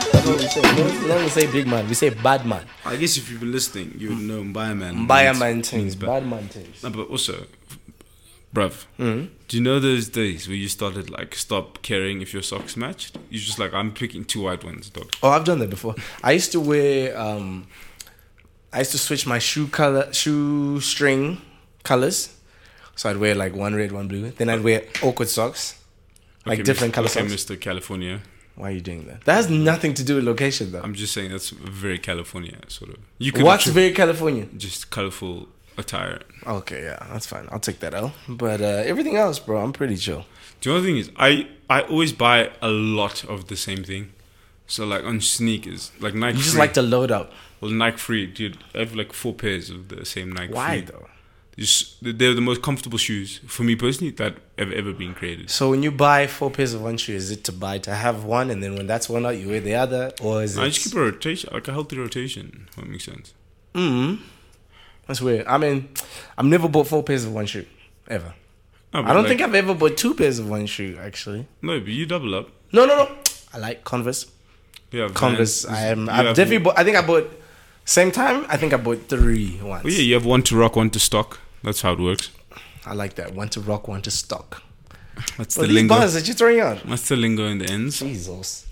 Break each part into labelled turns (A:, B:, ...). A: say, we don't, we don't say big man, we say bad man.
B: I guess if you've been listening, you would know Mbaya Man.
A: Bad Hmm. man
B: means- means
A: things,
B: bad.
A: Mm, bad man things.
B: No, but also, bruv,
A: Hmm.
B: do you know those days where you started like stop caring if your socks matched? You're just like, I'm picking two white ones, dog.
A: Oh, I've done that before. I used to wear. Um, I used to switch my shoe color, shoe string colors. So I'd wear like one red, one blue. Then I'd wear awkward socks, like
B: Okay,
A: different
B: Mr.
A: color
B: okay,
A: socks.
B: Mr. California.
A: Why are you doing that? That has nothing to do with location, though.
B: I'm just saying that's very California, sort of. You could
A: What's
B: watch
A: very Californian?
B: just colorful attire.
A: Okay, yeah, that's fine. I'll take that L. But uh, everything else, bro, I'm pretty chill.
B: The other thing is, I I always buy a lot of the same thing. So like on sneakers, like Nike.
A: You just
B: Free-
A: like to load up.
B: Well, Nike Free, dude. I have like four pairs of the same Nike
A: Why
B: Free.
A: though?
B: Just, they're the most comfortable shoes for me personally that have ever been created.
A: So when you buy four pairs of one shoe, is it to buy to have one, and then when that's worn out, you wear the other, or is it?
B: I just keep a rotation, like a healthy rotation. If that makes sense.
A: Mm.
B: Mm-hmm.
A: That's weird. I mean, I've never bought four pairs of one shoe ever.
B: No, but
A: I don't
B: like-
A: think I've ever bought two pairs of one shoe actually.
B: No, but you double up.
A: No, no, no. I like Converse.
B: You have
A: Converse.
B: Vans,
A: I am.
B: you
A: I've
B: have-
A: definitely bought. I think I bought same time. I think I bought three once.
B: Oh yeah, you have one to rock, one to stock. That's how it works.
A: I like that. One to rock, one to stock.
B: That's
A: Well,
B: the
A: these
B: lingo.
A: bars that you're throwing out.
B: That's the lingo in the ends.
A: Jesus.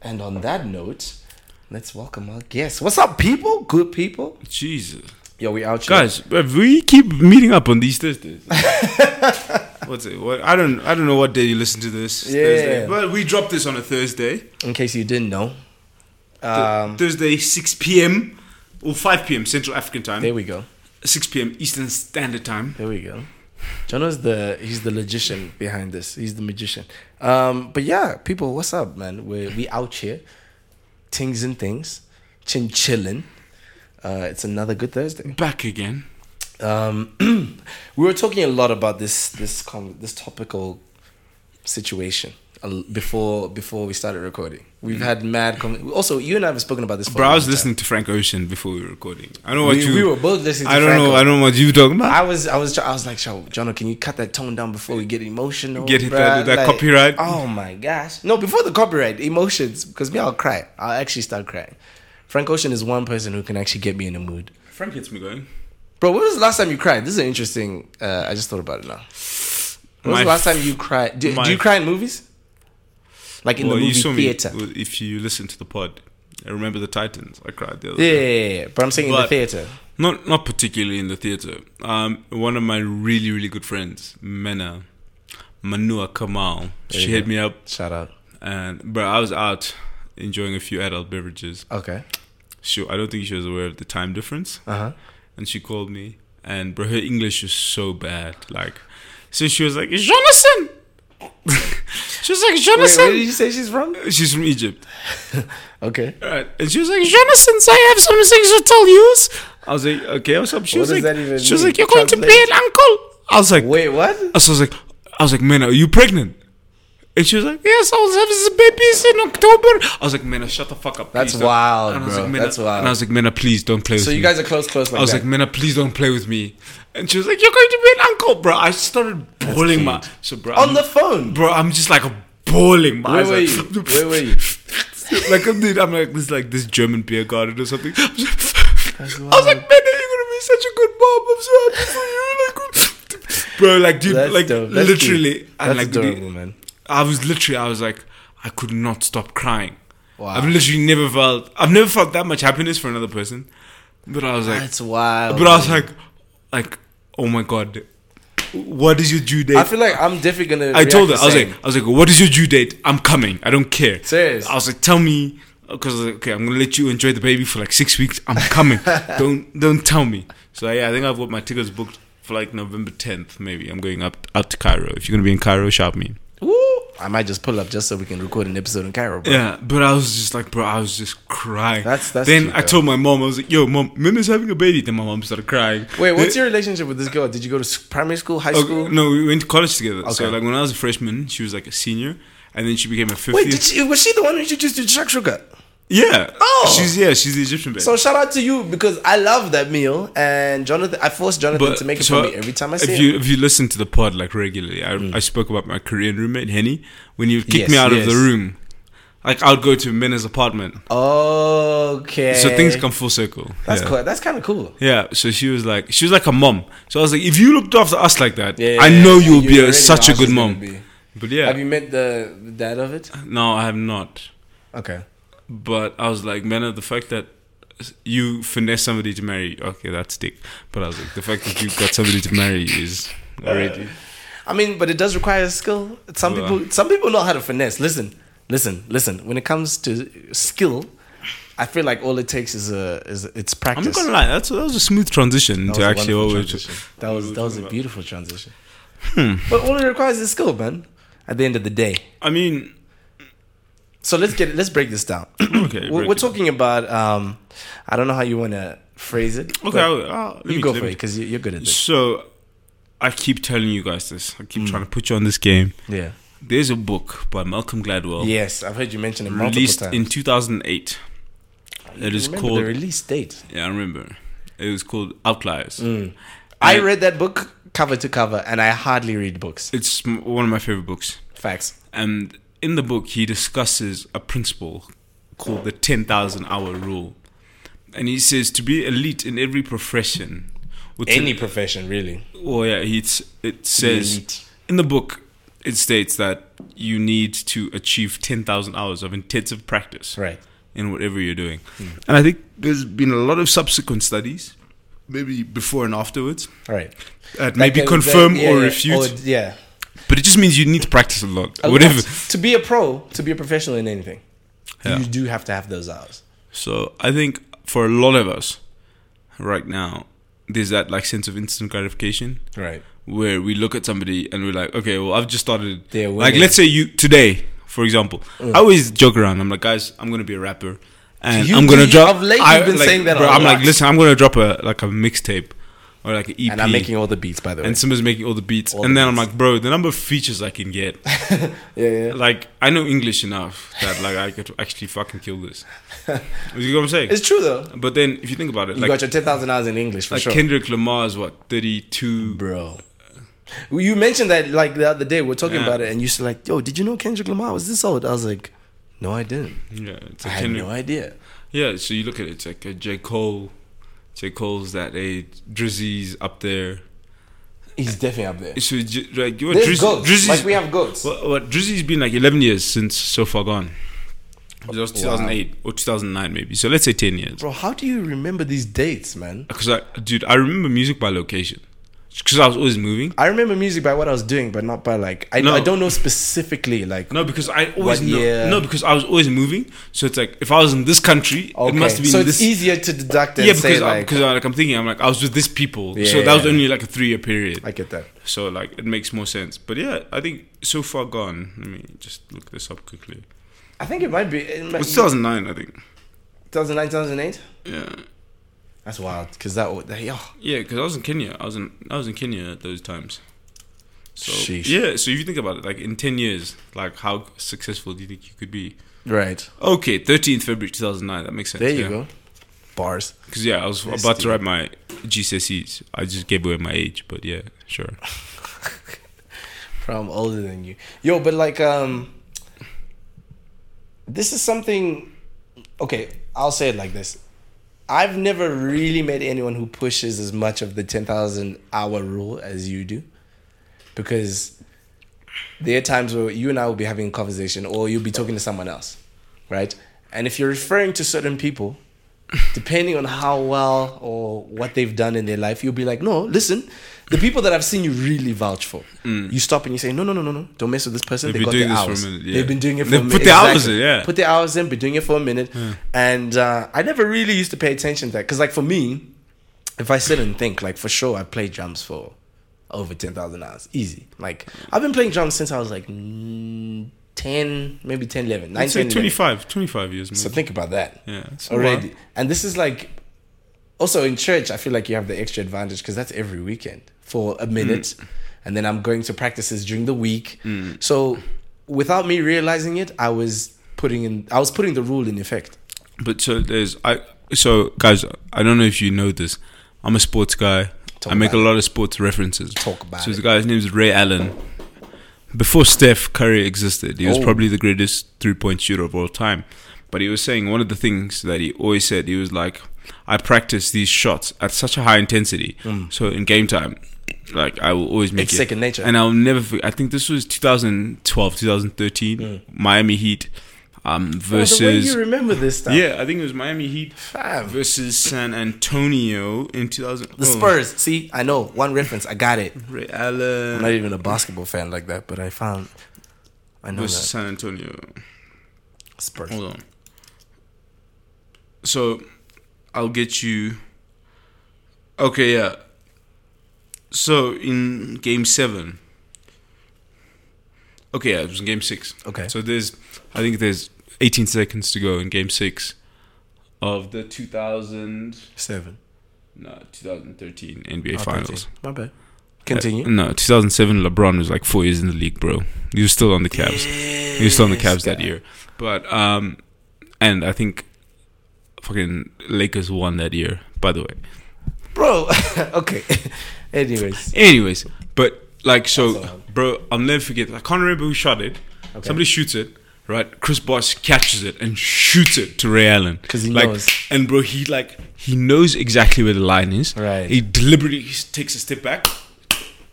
A: And on that note, let's welcome our guests. What's up, people? Good people.
B: Jesus,
A: Yo, we out here.
B: guys, bruv, we keep meeting up on these Thursdays. What's it? What? I don't. I don't know what day you listen to this.
A: Yeah.
B: Thursday. But we dropped this on a Thursday.
A: In case you didn't know,
B: Th-
A: um,
B: Thursday, 6 p.m. or 5 p.m. Central African time,
A: there we go.
B: 6 p.m. Eastern Standard Time.
A: There we go. Jono's the he's the logician behind this. He's the magician. Um, but yeah, people, what's up, man? We we out here, things and things, chin chillin'. Uh, it's another good Thursday.
B: Back again.
A: Um, we were talking a lot about this this con- this topical situation a l- before before we started recording. We've had mad. Com- also, you and I have spoken about this. For
B: Mm. Bro,
A: a
B: I
A: long
B: was
A: time.
B: listening to Frank Ocean before we were recording. I know what
A: We,
B: you.
A: we were both listening. To
B: I don't know.
A: Franco.
B: I don't know what you were talking about.
A: I was, I was, I was like, "Yo, Jono, can you cut that tone down before we get emotional?
B: Get hit
A: bruh?"
B: that- that
A: Like,
B: copyright.
A: Oh my gosh! No, before the copyright, emotions, because me, I'll cry. I'll actually start crying. Frank Ocean is one person who can actually get me in the mood.
B: Frank gets me going.
A: Bro, when was the last time you cried? This is interesting. Uh, I just thought about it now. When was
B: My
A: the last time you cried? Do,
B: my-
A: do you cry in movies? Like in
B: well,
A: the
B: you
A: movie
B: saw
A: theater?
B: me. well, If you listen to the pod, I remember the Titans. I cried the other
A: Yeah,
B: day.
A: yeah, yeah, yeah. but I'm saying in the
B: But-
A: theater.
B: Not not particularly in the theater. Um, one of my really really good friends, Mena, Manua Kamal,
A: you
B: she
A: go.
B: hit me up,
A: Shout out.
B: and bro, I was out enjoying a few adult beverages.
A: Okay.
B: She, I don't think she was aware of the time difference.
A: Uh huh.
B: and she called me and bro her english is so bad like so she was like jonathan she was like
A: Wait,
B: jonathan
A: where did you say she's from?
B: she's from egypt
A: Okay.
B: Alright, and she was like jonathan so i have some things to tell you i was like okay what's up she
A: What
B: was
A: does
B: like
A: that even
B: she was
A: mean?
B: like you're going to be
A: Translate.
B: an uncle i was like
A: Wait, what?
B: so i was like i was like man are you pregnant and she was like, "Yes, I was having babies in October." I was like, "Man, shut the fuck up."
A: That's
B: please don't."
A: wild,
B: And I was
A: bro.
B: like, "Mena,"
A: That's wild.
B: And I was like, "Mena, please don't play with
A: So
B: me."
A: you guys are close, close like
B: I was
A: that.
B: like, Mena, please don't play with me. And she was like, You're going to be an uncle, bro. I started bawling my so bro
A: on
B: I'm-
A: the phone.
B: bro, I'm just like bawling my
A: Where
B: eyes
A: were
B: out.
A: you? Where were you?
B: like I'm dude, I'm like this like this German beer garden or something. I was like, I was like, Mena, you're gonna be such a good mom. I'm so happy for you. Like, bro, like dude,
A: That's
B: like
A: dope. That's
B: literally
A: cute. That's
B: and like dude,
A: adorable, man.
B: I was literally, I was like, I could not stop crying.
A: Wow.
B: I've literally never felt, I've never felt that much happiness for another person. But I was like,
A: That's wild.
B: but I was like, like, oh my god, what is your due date?
A: I feel like I'm definitely gonna.
B: I told her,
A: react
B: I
A: the
B: was
A: same.
B: like, I was like, what is your due date? I'm coming. I don't care.
A: Serious?
B: I was like, tell me, because okay, I'm gonna let you enjoy the baby for like six weeks. I'm coming. don't don't tell me. So yeah, I think I've got my tickets booked for like November 10th. Maybe I'm going up out to Cairo. If you're gonna be in Cairo, shout me.
A: Woo! I might just pull up just so we can record an episode in Cairo, bro.
B: Yeah, but I was just like, bro, I was just crying.
A: That's- that's
B: Then
A: cute,
B: I
A: though.
B: told my mom, I was like, yo, mom, Mima's having a baby. Then my mom started crying.
A: Wait,
B: Then-
A: what's your relationship with this girl? Did you go to s- primary school, high
B: Okay,
A: school?
B: Oh, No, we went to college together. So
A: Okay.
B: like when I was a freshman, she was like a senior, and then she became a fifth.
A: Wait, did she, was she the one who introduced you to shakshuka?
B: yeah.
A: Oh!
B: she's yeah, she's the Egyptian babe.
A: So shout out to you because I love that meal, and Jonathan, I force Jonathan to make it
B: so
A: for me every time I
B: if
A: see Mm.
B: you if you listen to the pod like regularly, I, I spoke about my Korean roommate Henny when he would kick
A: Yes,
B: me out
A: yes.
B: of the room. Like I would go to Minna's apartment.
A: Okay.
B: So things come full circle.
A: Eh. That's
B: yeah.
A: cool. That's kind of cool.
B: Yeah, so she was like, she was like a mom. So I was like, if you looked after us like that,
A: Yeah,
B: I
A: yeah,
B: know
A: yeah.
B: you'll
A: You
B: be a,
A: already
B: such
A: know
B: a
A: how
B: good
A: she's gonna
B: mom.
A: be.
B: But yeah,
A: Have you met the, the dad of it?
B: no, I have not.
A: Okay.
B: But I was like, man, the fact that you finesse somebody to marry you, okay, that's dick. But I was like, the fact that you got somebody to marry you is
A: Uh,
B: already.
A: I mean, but it does require skill. Some
B: Yeah.
A: people, some people know how to finesse. Listen, listen, listen. When it comes to skill, I feel like all it takes is a is it's
B: I'm
A: practice.
B: not gonna lie, that's, that was a smooth transition
A: That
B: to
A: was a
B: actually
A: wonderful
B: always.
A: transition. that was that was a beautiful transition.
B: Hmm.
A: But all it requires is skill, man. At the end of the day,
B: I mean,
A: so let's get let's break this down.
B: okay,
A: we're,
B: break
A: we're
B: it.
A: talking about um, I don't know how you want to phrase it.
B: Okay,
A: but
B: I'll, I'll, let
A: you
B: me-
A: go
B: let
A: for
B: me-
A: it because you're good at this.
B: So, I keep telling you guys this.
A: Hmm.
B: I keep trying to put you on this game.
A: Yeah.
B: There's a book by Malcolm Gladwell.
A: Yes, I've heard you mention it multiple
B: released
A: times.
B: in 2008. It is
A: Remember
B: called.
A: the release date.
B: yeah, I remember. It was called Outliers.
A: Hmm. I
B: And
A: read that book cover to cover, and I hardly read books.
B: It's m- one of my favorite books.
A: Facts.
B: And in the book, he discusses a principle called the 10,000 hour rule. And he says to be elite in every profession, or to-
A: Any profession, really.
B: well, yeah, he's, it says
A: elite.
B: in the book, it states that you need to achieve 10,000 hours of intensive practice.
A: Right. Hmm.
B: in whatever you're doing. And I think there's been a lot of subsequent studies, maybe before and afterwards,
A: All right.
B: that maybe
A: Like, uh,
B: confirm
A: yeah,
B: or
A: yeah,
B: refute.
A: or- yeah.
B: but it just means you need to practice a lot.
A: A
B: whatever.
A: lot. To be a pro, to be a professional in anything,
B: Yeah.
A: you do have to have those hours.
B: So I think for a lot of us right now, there's that like sense of instant gratification
A: Right.
B: where we look at somebody and we're like, okay, well, I've just started.
A: They're
B: Like,
A: winning. Mm.
B: let's say you today, for example, I always joke around. I'm like, guys, I'm gonna be a rapper, and
A: You-
B: I'm gonna
A: you-
B: drop.
A: of late you've
B: I,
A: been
B: like,
A: saying that
B: bro,
A: a
B: I'm like,
A: lot.
B: listen, I'm gonna drop a like a mixtape or like an EP,
A: And I'm making all the beats, by the way.
B: and someone's making all the beats,
A: All
B: and
A: the
B: then I'm
A: beats.
B: like, bro, the number of features I can get,
A: yeah, yeah.
B: like, I know English enough that like I could actually fucking kill this. you know what I'm saying?
A: It's true though.
B: but then if you think about it,
A: You
B: like,
A: got your ten thousand hours in English for
B: like
A: sure,
B: Kendrick Lamar is what 32.
A: bro. Well, You mentioned that like the other day we are talking
B: Yeah.
A: about it, and you said like, "Yo, did you know Kendrick Lamar was this old?" I was like, "No, I didn't.
B: Yeah, it's
A: I
B: a
A: had
B: Kendrick.
A: no idea."
B: Yeah, so you look at it, it's like a J. Cole. J. Cole's that age. Drizzy's up there.
A: He's definitely up there.
B: So J- like you
A: There's
B: Drizzy,
A: goats.
B: Drizzy's
A: like we have goats.
B: what, what Drizzy's been like eleven years since so far gone. That was
A: Wow.
B: 2008 or 2009 maybe. So let's say 10 years.
A: Bro, how do you remember these dates, man?
B: Because I, dude, I remember music by location. Because I was always moving.
A: I remember music by what I was doing, but not by like I,
B: No.
A: I don't know specifically like.
B: No, because I always
A: What
B: know,
A: year?
B: no, because I was always moving. So it's like if I was in this country,
A: Okay,
B: it must have been
A: so
B: this.
A: it's easier to deduct and
B: yeah,
A: say
B: because I,
A: like
B: because I, like I'm thinking, I'm like I was with this people. so that was
A: Yeah.
B: only like a three year period.
A: I get that.
B: So like it makes more sense. But yeah, I think so far gone. Let me just look this up quickly.
A: I think it might be it might,
B: It's 2009, I think.
A: 2009, 2008.
B: Yeah,
A: That's wild because that oh, wa- that yeah.
B: yeah. Because I was in Kenya. I was in I was in Kenya at those times. So
A: Sheesh.
B: yeah. So if you think about it, like in 10 years, like how successful do you think you could be?
A: Right
B: Okay, 13th February 2009. That makes sense.
A: there, you go. Bars.
B: Because yeah, I was
A: Let's
B: about to
A: do
B: write my GCSEs. I just gave away my age, but yeah, sure.
A: Bro, I'm older than you. Yo, but like um this is something okay, I'll say it like this. I've never really met anyone who pushes as much of the 10,000 hour rule as you do because there are times where you and I will be having a conversation or you'll be talking to someone else, right? And if you're referring to certain people, depending on how well or what they've done in their life, you'll be like, no, listen, the people that I've seen you really vouch for. You stop and you say, no, no, no, no, no, don't mess with this person.
B: Mm. They've
A: They've
B: been
A: got their
B: doing this
A: hours.
B: for a minute, yeah.
A: They've been doing it for
B: They've
A: a
B: put
A: minute.
B: their hours in, yeah.
A: Put the hours in, been doing it for a minute. And uh, I never really used to pay attention to that. Because, like, for me, if I sit and think, like, for sure, I played drums for over 10,000 hours. Easy. Like, I've been playing drums since I was like mm, 10, maybe 10, 11,
B: I'd
A: 9,
B: say
A: 10, 11.
B: 25, 25 years.
A: So
B: Maybe.
A: think about that
B: yeah, it's a
A: already.
B: while.
A: And this is like, also in church, I feel like you have the extra advantage because that's every weekend for a minute.
B: Mm.
A: And then I'm going to practices during the week. So without me realizing it, I was putting in, I was putting the rule in effect.
B: But so there's I. So guys, I don't know if you know this. I'm a sports guy.
A: Talk
B: I make a
A: about
B: lot of sports references.
A: Talk about
B: So
A: it.
B: the guy's name is Ray Allen. before Steph Curry existed, he was
A: Oh.
B: probably the greatest three point shooter of all time. But he was saying one of the things that he always said, he was like, I practice these shots at such a high intensity. So in game time, like I will always make
A: Mm. It's
B: it.
A: second nature.
B: And I'll never forget. I think this was 2012, 2013,
A: Mm.
B: Miami Heat um,
A: Versus, Oh, the way you
B: versus.
A: remember this stuff.
B: yeah, I think it was Miami Heat
A: Fam.
B: versus San Antonio in 2000.
A: The Spurs. See, I know one reference. I got it.
B: Ray
A: I'm
B: Allen
A: not even a basketball fan like that, but I found. I know
B: versus
A: that
B: San Antonio.
A: Spurs.
B: Hold on. So, I'll get you. Okay, yeah. So in game seven. Okay, yeah, it was in game six.
A: Okay.
B: So there's, I think there's 18 seconds to go in game six, of the 2000
A: Seven.
B: no 2013 NBA
A: Oh,
B: Finals.
A: 13. My bad. Continue.
B: Uh, no, 2007. LeBron was like four years in the league, bro. He was still on the Cavs. He was still on the Cavs that year. But um, and I think fucking Lakers won that year. By the way,
A: bro. okay. Anyways,
B: anyways, but like
A: That's all
B: so,
A: right.
B: bro, I'll never forget. I can't remember who shot it.
A: Okay.
B: Somebody shoots it. Right, Chris Bosh catches it and shoots it to Ray Allen
A: 'Cause he
B: like,
A: knows.
B: And bro, he like he knows exactly where the line is.
A: Right.
B: He deliberately takes a step back,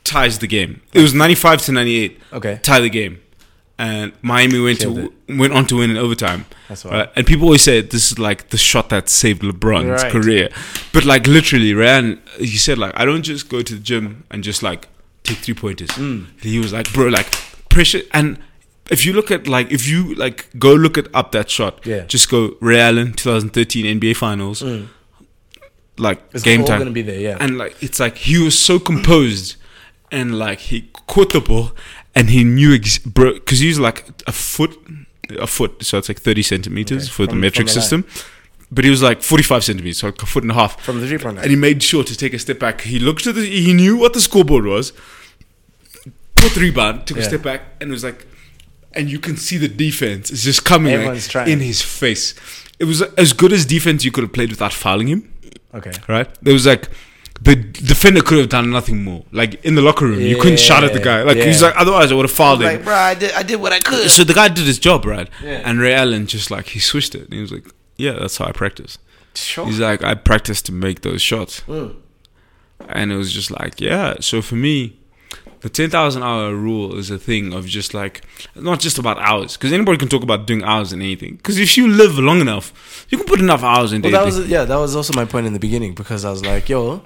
B: ties the game. It was ninety-five to ninety-eight.
A: okay.
B: tie the game, and Miami went
A: Killed
B: to went on to win in overtime.
A: That's
B: Uh,
A: right.
B: and people always said this is like the shot that saved LeBron's
A: Right.
B: career, but like literally, Ryan, he said like I don't just go to the gym and just like take three pointers.
A: Mm.
B: He was like, bro, like pressure. And if you look at like if you like go look it up that shot,
A: Yeah. Mm.
B: just go Ray Allen 2013 NBA Finals, like
A: It's
B: game
A: all
B: time
A: gonna be there. Yeah.
B: and like it's like he was so composed and like he caught the ball and he knew ex- bro because he was like a foot a foot so it's like 30 centimeters
A: Okay,
B: for the
A: from-
B: metric
A: from the
B: system but he was like 45 centimeters so like a foot and a half
A: From the three point
B: and he
A: line.
B: made sure to take a step back he looked at the he knew what the scoreboard was put the rebound took a
A: Yeah.
B: step back and was like and you can see the defense is just coming like,
A: Everyone's trying.
B: in his face it was as good as defense you could have played without fouling him
A: Okay.
B: right? There was like the defender could have done nothing more. Like in the locker room, you couldn't shout at the guy. Like he's
A: Yeah.
B: like, otherwise I would have fouled him.
A: Like, bro, I did, I did what I could.
B: so the guy did his job, right?
A: Yeah.
B: And Ray Allen just like he switched it. And he was like, yeah, that's how I practice.
A: Sure.
B: He's like, I practice to make those shots,
A: Mm.
B: and it was just like, yeah. So for me. The ten thousand hour rule is a thing of just like not just about hours because anybody can talk about doing hours and anything because if you live long enough, you can put enough hours into
A: Well, that
B: anything.
A: was yeah. That was also my point in the beginning because I was like, yo,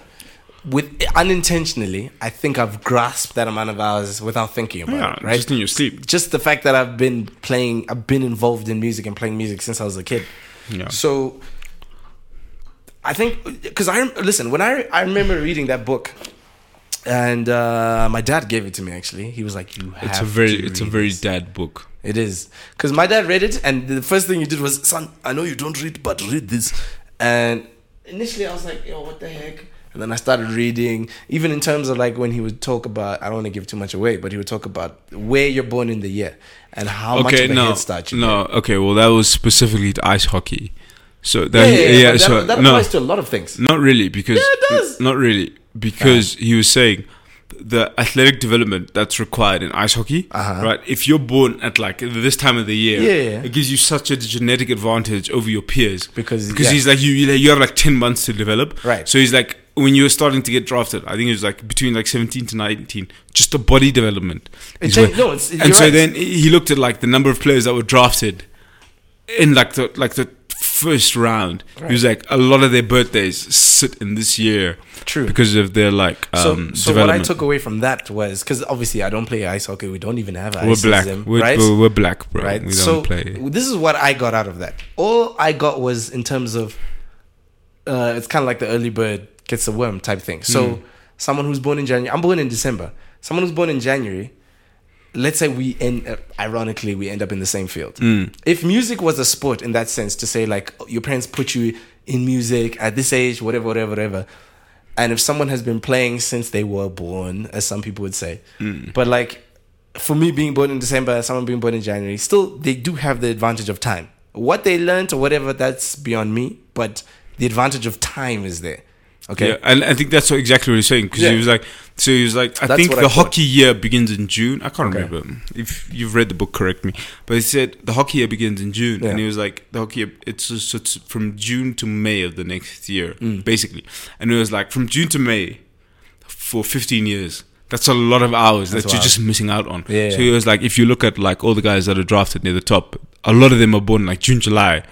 A: with unintentionally, I think I've grasped that amount of hours without thinking about
B: yeah,
A: it. Right.
B: just in your sleep.
A: just the fact that I've been playing, I've been involved in music and playing music since I was a kid.
B: Yeah.
A: So I think because I rem- listen when I I remember reading that book, and uh, my dad gave it to me. Actually, he was like, "You have
B: It's a very
A: to
B: it's a
A: read
B: very
A: this."
B: dad book.
A: It is. Because my dad read it, and the first thing he did was, Son, I know you don't read, but read this. And initially I was like, Yo, what the heck? And then I started reading, even in terms of like when he would talk about, I don't want to give too much away, but he would talk about where you're born in the year and how much
B: okay,
A: of a
B: no,
A: head start you
B: no. Okay, well that was specifically to ice hockey. So
A: get.
B: that,
A: but
B: yeah,
A: that,
B: so
A: that
B: no,
A: applies to a lot of things.
B: not really because
A: Yeah, it does. Uh-huh.
B: not really because he was saying the athletic development that's required in ice hockey,
A: Uh-huh.
B: right? If you're born at like this time of the year,
A: Yeah.
B: it gives you such a genetic advantage over your peers
A: Because-
B: because
A: yeah.
B: he's like you you you have like ten months to develop,
A: Right.
B: So he's like when you're starting to get drafted, I think it was like between like seventeen to nineteen, just the body development.
A: It
B: is
A: change-
B: where-
A: no, it's-
B: and
A: you're
B: so
A: right.
B: then he looked at like the number of players that were drafted in like the like the first round. He was like a lot of their birthdays sit in this year.
A: True.
B: Because of their like
A: So,
B: um
A: so what I
B: development.
A: took away from that was because obviously I don't play ice hockey. We don't even have ice.
B: we're black.
A: system,
B: we're,
A: right?
B: we're, we're black, bro.
A: right?
B: We don't
A: so
B: play.
A: this is what I got out of that. All I got was in terms of, uh, it's kind of like the early bird gets the worm type thing. So
B: Hmm.
A: someone who's born in January, I'm born in December. Someone who's born in January, let's say we end, uh, ironically, we end up in the same field. If music was a sport in that sense, to say like your parents put you in music at this age, whatever, whatever, whatever. And if someone has been playing since they were born, as some people would say, but like for me being born in December, someone being born in January, still they do have the advantage of time. What they learnt or whatever, that's beyond me. But the advantage of time is there. Okay.
B: Yeah, and I think that's what exactly what he's saying because
A: Yeah.
B: he was like, so he was like, I
A: That's
B: think
A: what
B: the
A: I thought.
B: hockey year begins in June. I can't remember if you've read the book, correct me. But he said the hockey year begins in June,
A: Yeah.
B: and he was like, the hockey year it's, just, it's from June to May of the next year,
A: Mm.
B: basically. And it was like from June to May for 15 years. That's a lot of hours
A: That's
B: that you're
A: wild.
B: just missing out on.
A: Yeah.
B: So he was like, if you look at like all the guys that are drafted near the top, a lot of them are born like June, July.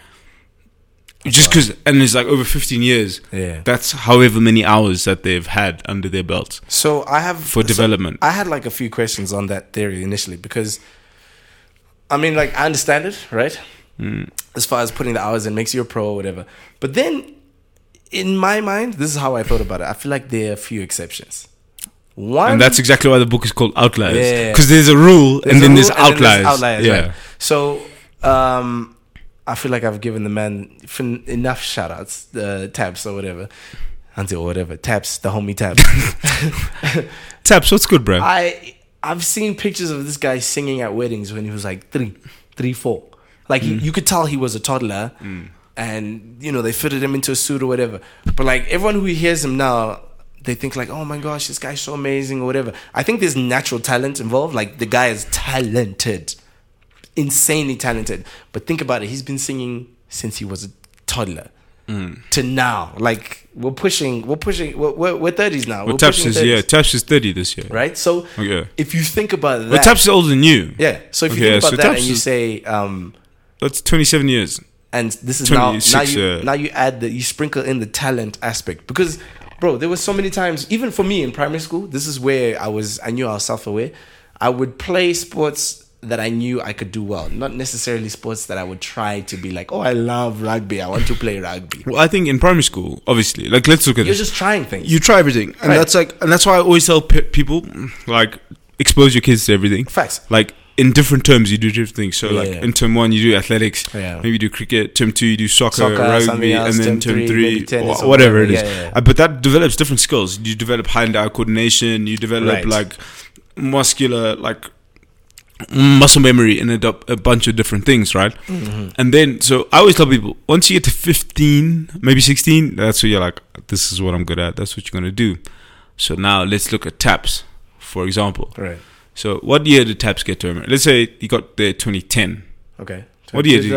B: Just because, and it's like over 15 years.
A: Yeah.
B: That's however many hours that they've had under their belts
A: So I have
B: for
A: so
B: development.
A: I had like a few questions on that theory initially because, I mean, like I understand it, right?
B: Mm.
A: As far as putting the hours in makes you a pro or whatever. But then, in my mind, this is how I thought about it. I feel like there are a few exceptions. One,
B: and that's exactly why the book is called Outliers.
A: Yeah.
B: Because there's a rule
A: there's
B: and
A: a
B: then
A: rule
B: there's
A: and
B: outliers. yeah.
A: right? So, um, I feel like I've given the man fin- enough shout outs, uh, taps or whatever. Until whatever. Taps, the homie taps.
B: Taps, what's good, bro?
A: I I've seen pictures of this guy singing at weddings when he was like three, three, four. Like
B: Mm.
A: he, you could tell he was a toddler, and you know they fitted him into a suit or whatever. But like everyone who hears him now, they think like, oh my gosh, this guy's so amazing or whatever. I think there's natural talent involved. Like the guy is talented, insanely talented. But think about it, he's been singing since he was a toddler.
B: Mm.
A: To now, like we're pushing, we're pushing, we're we're, we're 30s now.
B: well,
A: we're
B: Taps
A: pushing
B: is,
A: 30s
B: yeah, Taps is 30 this year.
A: right? So
B: Okay.
A: if you think about that,
B: But Taps is older than you.
A: yeah. So if you
B: Okay,
A: think
B: yeah,
A: about
B: so
A: that
B: Taps
A: and you
B: is-
A: say, um,
B: That's 27 years.
A: and this is now now
B: 26,
A: you
B: yeah.
A: now you add the you sprinkle in the talent aspect because, bro, there were so many times even for me in primary school. This is where I was. I knew I was self aware. I would play sports that I knew I could do well, not necessarily sports that I would try to be like, oh, I love rugby. I want to play rugby.
B: Well, I think in primary school, obviously, like let's look at
A: You're
B: this.
A: just trying things.
B: you try everything, and
A: Right.
B: that's like, and that's why I always tell pe- people, mm, like, expose your kids to everything.
A: Facts.
B: Like in different terms, you do different things. So, like
A: Yeah.
B: in term one, you do athletics.
A: Yeah.
B: Maybe you do cricket. Term two, you do soccer,
A: Soccer, something
B: rugby,
A: else.
B: and
A: Term
B: then
A: three,
B: term,
A: maybe
B: three,
A: tennis
B: wha-
A: or
B: whatever it
A: whatever.
B: is.
A: Yeah, yeah.
B: Uh, But that develops different skills. You develop hand-eye coordination. You develop
A: Right.
B: like muscular, like muscle memory and adopt a bunch of different things, right? And then, so I always tell people once you get to 15, maybe 16, that's when you're like, this is what I'm good at. That's what you're going to do. So now let's look at taps, for example.
A: Right. so
B: So, what year did taps get to America? Let's say you got there 2010,
A: Okay.
B: What do you do?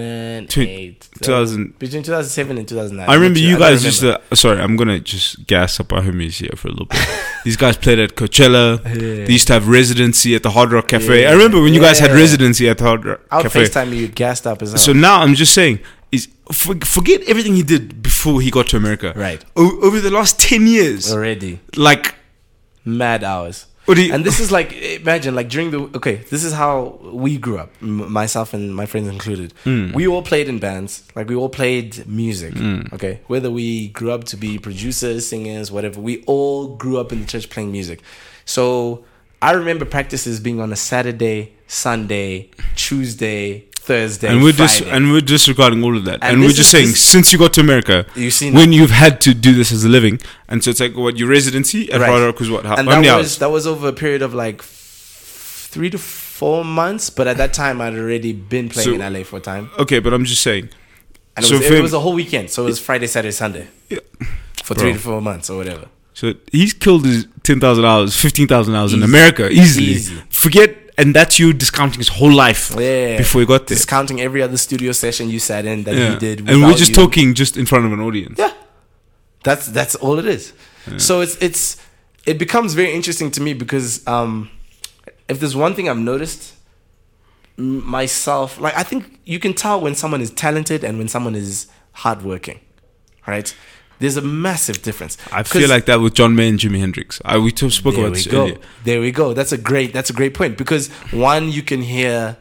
A: 2008.
B: 2000.
A: Between 2007 and 2009.
B: I remember you guys
A: just
B: used to. Sorry, I'm gonna just gas up our homies here for a little bit. These guys played at Coachella. They used to have residency at the Hard Rock Cafe.
A: Yeah.
B: I remember when you guys had
A: Yeah.
B: residency at the Hard Rock
A: I would
B: Cafe.
A: FaceTime you gassed up as hell.
B: So now I'm just saying is for, forget everything he did before he got to America.
A: Right.
B: O- over the last ten years,
A: already.
B: like
A: Mad hours.
B: what do you,
A: And this is like, imagine, like during the, okay, this is how we grew up, m- myself and my friends included.
B: Hmm.
A: We all played in bands, like we all played music, okay? Whether we grew up to be producers, singers, whatever, we all grew up in the church playing music. So I remember practices being on a Saturday, Sunday, Tuesday, Thursday,
B: and we're just
A: Friday.
B: and we're disregarding all of that,
A: And
B: and, we're
A: this
B: just
A: is-
B: saying
A: this-
B: since you got to America,
A: You've seen
B: when you've had to do this as a living, and so it's like what your residency at
A: Right.
B: Hard Rock was what how,
A: and
B: how many
A: that
B: hours?
A: was that was over a period of like f- three to four months. But at that time, I'd already been
B: So-
A: playing in LA for a time,
B: Okay, but I'm just saying.
A: and it,
B: So
A: was,
B: for
A: it
B: him-
A: was a whole weekend. So it was Friday, Saturday, Sunday
B: Yeah.
A: for
B: Bro.
A: three to four months or whatever.
B: So he's killed his ten thousand hours, fifteen thousand hours in
A: Easy.
B: America easily.
A: Easy.
B: Forget, and that's you discounting his whole life
A: Yeah.
B: before he got there.
A: Discounting every other studio session you sat in that
B: Yeah.
A: he did,
B: and we're
A: without
B: just
A: you.
B: talking just in front of an audience.
A: Yeah, that's that's all it is. So it's it's it becomes very interesting to me because um, if there's one thing I've noticed m- myself, like I think you can tell when someone is talented and when someone is hardworking, right? There's a massive difference.
B: I feel
A: 'Cause-
B: like that with John Mayer and Jimi Hendrix. I we t- spoke
A: there
B: about
A: we
B: this
A: go.
B: earlier.
A: There we go. That's a great. That's a great point because one, you can hear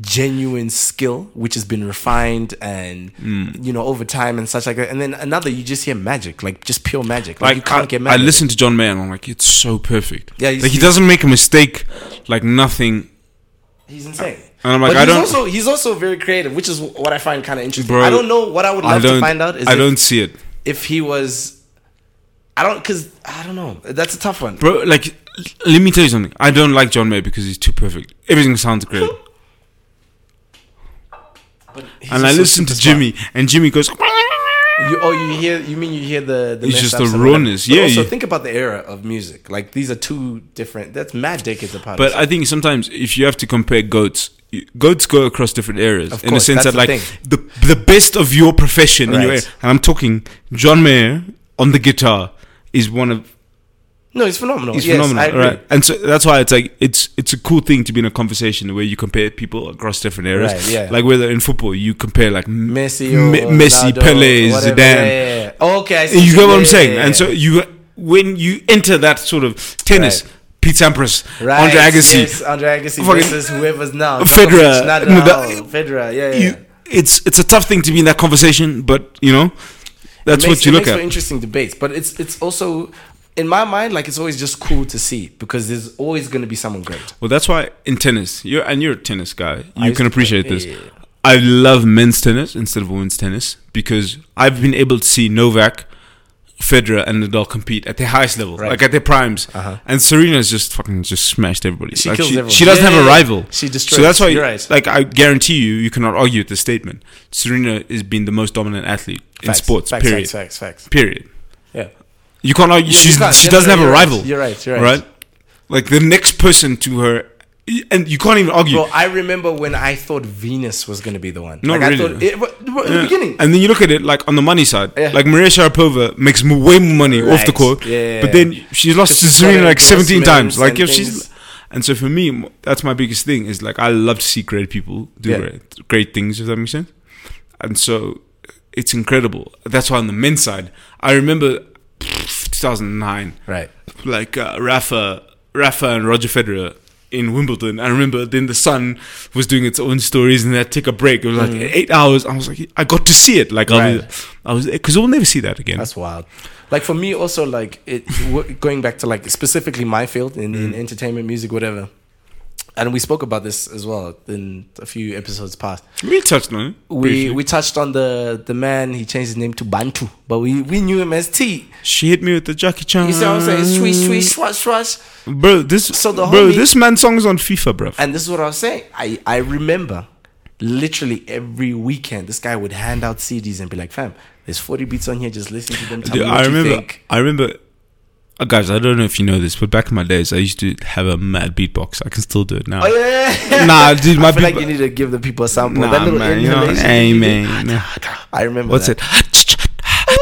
A: genuine skill, which has been refined and
B: Mm.
A: you know over time and such like that. And then another, you just hear magic, like just pure magic. Like,
B: Like
A: you can't
B: I,
A: get
B: I
A: mad. at
B: listen to John Mayer and I'm like, it's so perfect.
A: Yeah, he's-
B: like he
A: he's-
B: doesn't make a mistake, like nothing.
A: it. He's insane.
B: And I'm like,
A: But
B: I
A: he's
B: don't-
A: Also, he's also very creative, which is what I find kind of interesting.
B: Bro,
A: I don't know what I would
B: I
A: love
B: don't
A: to find out is
B: I
A: if,
B: don't see it,
A: if he was. I don't because I don't know. That's a tough one.
B: bro. Like, l- let me tell you something. I don't like John Mayer because he's too perfect. Everything sounds great,
A: But he's
B: and I
A: also
B: listen to
A: super smart.
B: Jimmy, and Jimmy goes.
A: You, oh, you hear? You mean you hear the? the
B: It's
A: mess
B: just
A: ups
B: the
A: and whatever.
B: rawness,
A: But
B: yeah,
A: Also,
B: you-
A: think about the era of music. Like these are two different. That's Mad Dick is a part.
B: But
A: of
B: I think sometimes if you have to compare goats, you- goats go across different areas
A: Of
B: in
A: course,
B: the sense
A: that's
B: that
A: the
B: like
A: thing.
B: the the best of your profession in your
A: Right.
B: area. And I'm talking John Mayer on the guitar is one of
A: no, it's phenomenal.
B: is
A: yes, I
B: phenomenal,
A: agree.
B: right? And so that's why it's like it's it's a cool thing to be in a conversation where you compare people across different areas.
A: Right, yeah.
B: Like whether in football you compare like m-
A: Messi,
B: Me-
A: or
B: Messi,
A: Ronaldo,
B: Pele,
A: whatever.
B: Zidane.
A: Yeah, yeah, yeah. Okay, I see
B: You get what I'm
A: Yeah,
B: saying?
A: yeah,
B: And so
A: yeah.
B: you when you enter that sort of tennis,
A: Right.
B: Pete Sampras,
A: right,
B: Andre Agassi,
A: yes, Andre Agassi
B: Fucking-
A: versus whoever's now
B: Federer.
A: Djokovic, Nadal,
B: No, that-
A: Federer. Yeah, yeah.
B: you, it's it's a tough thing to be in that conversation, but you know, that's
A: It
B: what
A: makes-
B: you
A: it
B: look
A: makes for
B: at.
A: interesting debates, but it's it's also in my mind like it's always just cool to see because there's always going to be someone great.
B: Well, that's why in tennis, you're and you're a tennis guy.
A: I
B: You
A: used
B: can
A: to
B: appreciate
A: play-
B: this.
A: yeah, yeah,
B: I love men's tennis instead of women's tennis because I've been able to see Novak, Federer, and Nadal compete at their highest level,
A: Right.
B: like at their primes.
A: Uh-huh.
B: And Serena's just fucking just smashed everybody.
A: She
B: Like,
A: kills
B: she,
A: everyone.
B: she doesn't
A: Yeah,
B: have a
A: yeah, yeah.
B: rival.
A: She destroys.
B: So that's why,
A: You're right.
B: like, I guarantee you, you cannot argue with this statement. Serena is being the most dominant athlete in
A: Facts,
B: sports.
A: facts,
B: period.
A: Facts, facts, facts.
B: Period.
A: Yeah.
B: You can't argue.
A: Yeah, you
B: she's,
A: can't-
B: she
A: yeah,
B: doesn't
A: no,
B: have a
A: you're
B: rival.
A: Right. You're right. You're right.
B: Right? Like the next person to her, and you can't even argue.
A: Bro, I remember when I thought Venus was going to be the one.
B: Not
A: like,
B: really.
A: I thought it, but- but in
B: Yeah.
A: the beginning.
B: And then you look at it like on the money side,
A: Yeah.
B: like Maria Sharapova makes m- way more money off the
A: Right.
B: court,
A: Yeah.
B: but then she's lost to
A: Because she's
B: Serena
A: got
B: like seventeen
A: endorsements
B: times. Like
A: and
B: if she's,
A: things.
B: and so for me, m- that's my biggest thing is like I love to see great people do
A: Yeah.
B: great, great things. If that makes sense, and so it's incredible. That's why on the men's side, I remember two thousand nine
A: Right.
B: like uh, Rafa, Rafa and Roger Federer in Wimbledon. I remember then the Sun was doing its own stories, and they had to take a break. It was like eight hours. I was like, I got to see it. Like I
A: Mm. Right.
B: was, I was, because we'll never see that again.
A: That's wild. Like for me, also like it w- going back to like specifically my field in,
B: Mm.
A: in entertainment, music, whatever. And we spoke about this as well in a few episodes past.
B: we touched on it.
A: We
B: briefly.
A: we touched on the the man. He changed his name to Bantu, but we we knew him as T.
B: she hit me with the Jackie Chan.
A: You see what I'm saying? Swish, swish, swash, swash.
B: bro. This
A: So the
B: bro,
A: homie-
B: this man's song is on FIFA, bro.
A: And this is what I was saying. I, I remember literally every weekend, this guy would hand out CDs and be like, fam, there's 40 beats on here. Just listen to them. Tell me what
B: I
A: you
B: remember.
A: think.
B: I remember. uh, guys, I don't know if you know this, but back in my days, I used to have a mad beatbox. I can still do it now.
A: Oh, yeah.
B: Nah, dude, my
A: I feel like
B: beatbo-
A: you need to give the people a sample.
B: Nah,
A: that little
B: man, you know,
A: inhalation
B: hey,
A: you
B: man,
A: did.
B: you know.
A: I remember
B: What's
A: that.
B: it?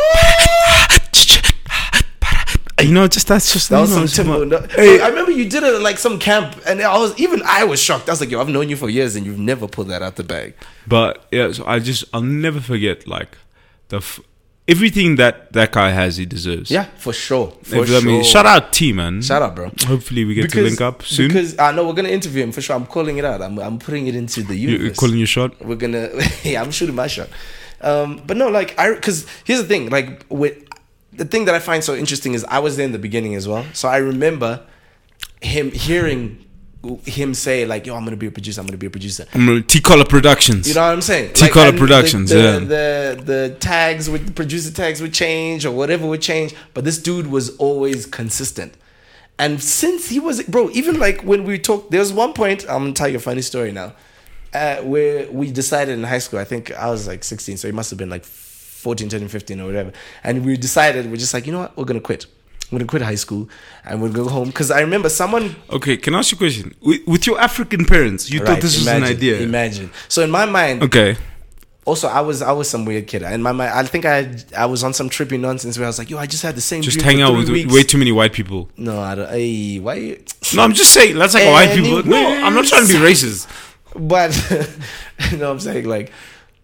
B: You know, just that's just
A: That was
B: you
A: some
B: know, it's
A: Timbo.
B: more-
A: No,
B: Hey,
A: I remember you did it at like some camp, and I was even I was shocked. I was like, "Yo, I've known you for years, and you've never pulled that out the bag."
B: but yeah, so I just I'll never forget like the f- everything that that guy has, he deserves.
A: Yeah, for sure.
B: If
A: For
B: you know
A: sure.
B: what I mean, shout out T man.
A: Shout out, bro.
B: Hopefully we get to link up soon.
A: Because I know we're gonna interview him for sure. I'm calling it out. I'm, I'm putting it into the
B: you,
A: universe.
B: calling your shot.
A: we're gonna. yeah, I'm shooting my shot. Um, but no, like I, because here's the thing. Like with the thing that I find so interesting is I was there in the beginning as well, so I remember him hearing him say like, "Yo, I'm gonna be a producer. I'm gonna be a producer."
B: T Collar Productions.
A: You know what I'm saying?
B: T Collar
A: and the-
B: Productions,
A: The,
B: yeah.
A: The, the tags would the producer tags would change or whatever would change, but this dude was always consistent. And since he was bro, even like when we talked, there was one point I'm gonna tell you a funny story now, uh, where we decided in high school. I think I was like 16, so it must have been like 14, 13, 15 or whatever. And we decided we're just like, you know what, we're gonna quit. We're gonna quit high school and we're gonna go home because I remember someone
B: okay, can I ask you a question? With, with your African parents, you thought
A: Right,
B: this was an
A: imagine-
B: idea.
A: Imagine. So in my mind,
B: Okay.
A: also I was I was some weird kid. In my mind, I think I I was on some trippy nonsense where I was like, yo, I just had the same.
B: Just
A: dream
B: hang
A: for
B: out
A: three
B: with
A: weeks.
B: way too many white people.
A: No, I don't. Hey, why? You,
B: No, I'm just saying that's like white people. No,
A: Anyways.
B: I'm not trying to be racist.
A: but you know, what I'm saying like.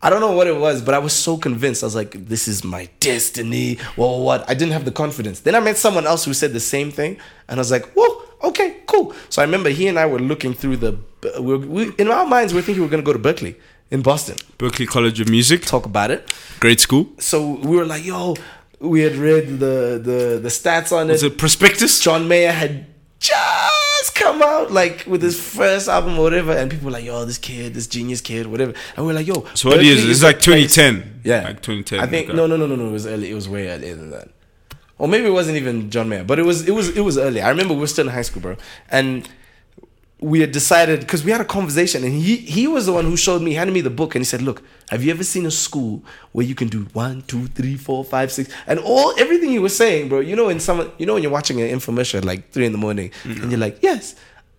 A: I don't know what it was, but I was so convinced. I was like, this is my destiny. Well, what? I didn't have the confidence. Then I met someone else who said the same thing. And I was like, whoa, okay, cool. So I remember he and I were looking through the. We were, we, in our minds, we are thinking we are going to go to Berkeley in Boston,
B: Berkeley College of Music,
A: talk about it.
B: great school.
A: so we were like, yo, we had read the the the stats on
B: It's
A: it.
B: a prospectus.
A: John Mayer had just come out like with his first album or whatever, and people were like, yo, this kid, this genius kid, whatever. And we are like, yo,
B: So what
A: Berkeley
B: is it? It's
A: the
B: like
A: place-
B: 2010.
A: Yeah,
B: like 2010.
A: I think
B: okay.
A: no, no, no, no, no. It was early. It was way earlier than that. Or maybe it wasn't even John Mayer, but it was it was it was early. I remember we were still in high school, bro, and we had decided because we had a conversation and he he was the one who showed me handed me the book and he said look have you ever seen a school where you can do one two three four five six and all everything he was saying bro you know when someone you know when you're watching an infomercial at like three in the morning
B: Mm-hmm.
A: and you're like yes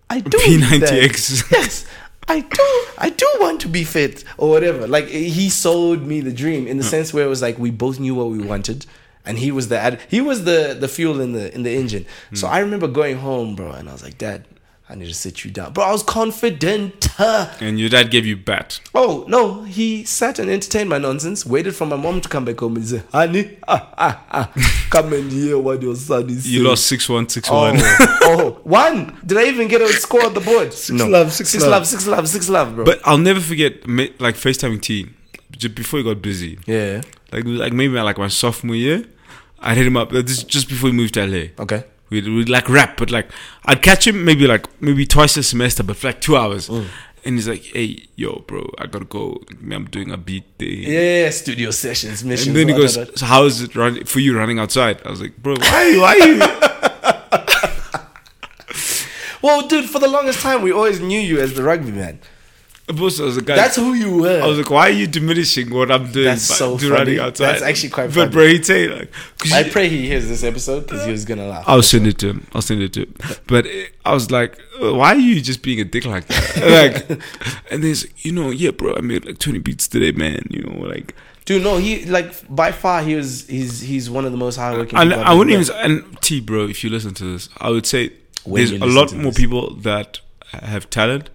A: I do need that.
B: P90X.
A: yes I do I do want to be fit or whatever like he sold me the dream in the
B: Hmm.
A: sense where it was like we both knew what we wanted and he was the ad- he was the the fuel in the in the engine so
B: Hmm.
A: I remember going home bro and I was like dad I need to sit you down. Bro, I was confident. Uh,
B: And your dad gave you bat.
A: Oh, no. He sat and entertained my nonsense, waited for my mom to come back home and say, Honey, ah, ah, ah, come and hear what your son is
B: You
A: saying."
B: lost six one six one.
A: Oh, oh, one. Did I even get a score on the board? Six
B: love, six
A: six
B: love.
A: love, six love, six love, bro.
B: But I'll never forget, ma- like FaceTiming T, just before he got busy.
A: yeah.
B: Like it was like maybe like my sophomore year, I'd hit him up. uh, This is just before he moved to LA.
A: Okay.
B: We'd, we'd like rap, but like I'd catch him maybe like maybe twice a semester, but for like two hours.
A: Mm.
B: And he's like, "Hey, yo, bro, I gotta go. I'm doing a beat thing."
A: Yeah, studio sessions, missions.
B: And then he
A: all that,
B: goes,
A: all that.
B: so "How is it run for you running outside?" I was like, "Bro, why? you- Why you?"
A: Well, dude, for the longest time, we always knew you as the rugby man.
B: Boss, I was like, "Guys,
A: That's who you were.
B: I was like, why are you diminishing what I'm doing
A: That's
B: by-
A: so
B: do
A: funny.
B: running outside?
A: That's actually quite
B: But
A: funny.
B: bro, he'd say like, cause
A: I
B: you-
A: pray he hears this episode because he was going to laugh.
B: I'll send it to him. I'll send it to him. But eh, I was like, uh, why are you just being a dick like that? like, and there's, you know, yeah, bro, I made like 20 beats today, man. You know, like,
A: Dude, no, he like by far he was he's he's one of the most hardworking.
B: and
A: people
B: I
A: I've
B: wouldn't even,
A: met.
B: s- and T, bro, if you listen to this, I would say
A: When
B: there's
A: you
B: a
A: listen
B: lot
A: to
B: more
A: this.
B: people that have talent,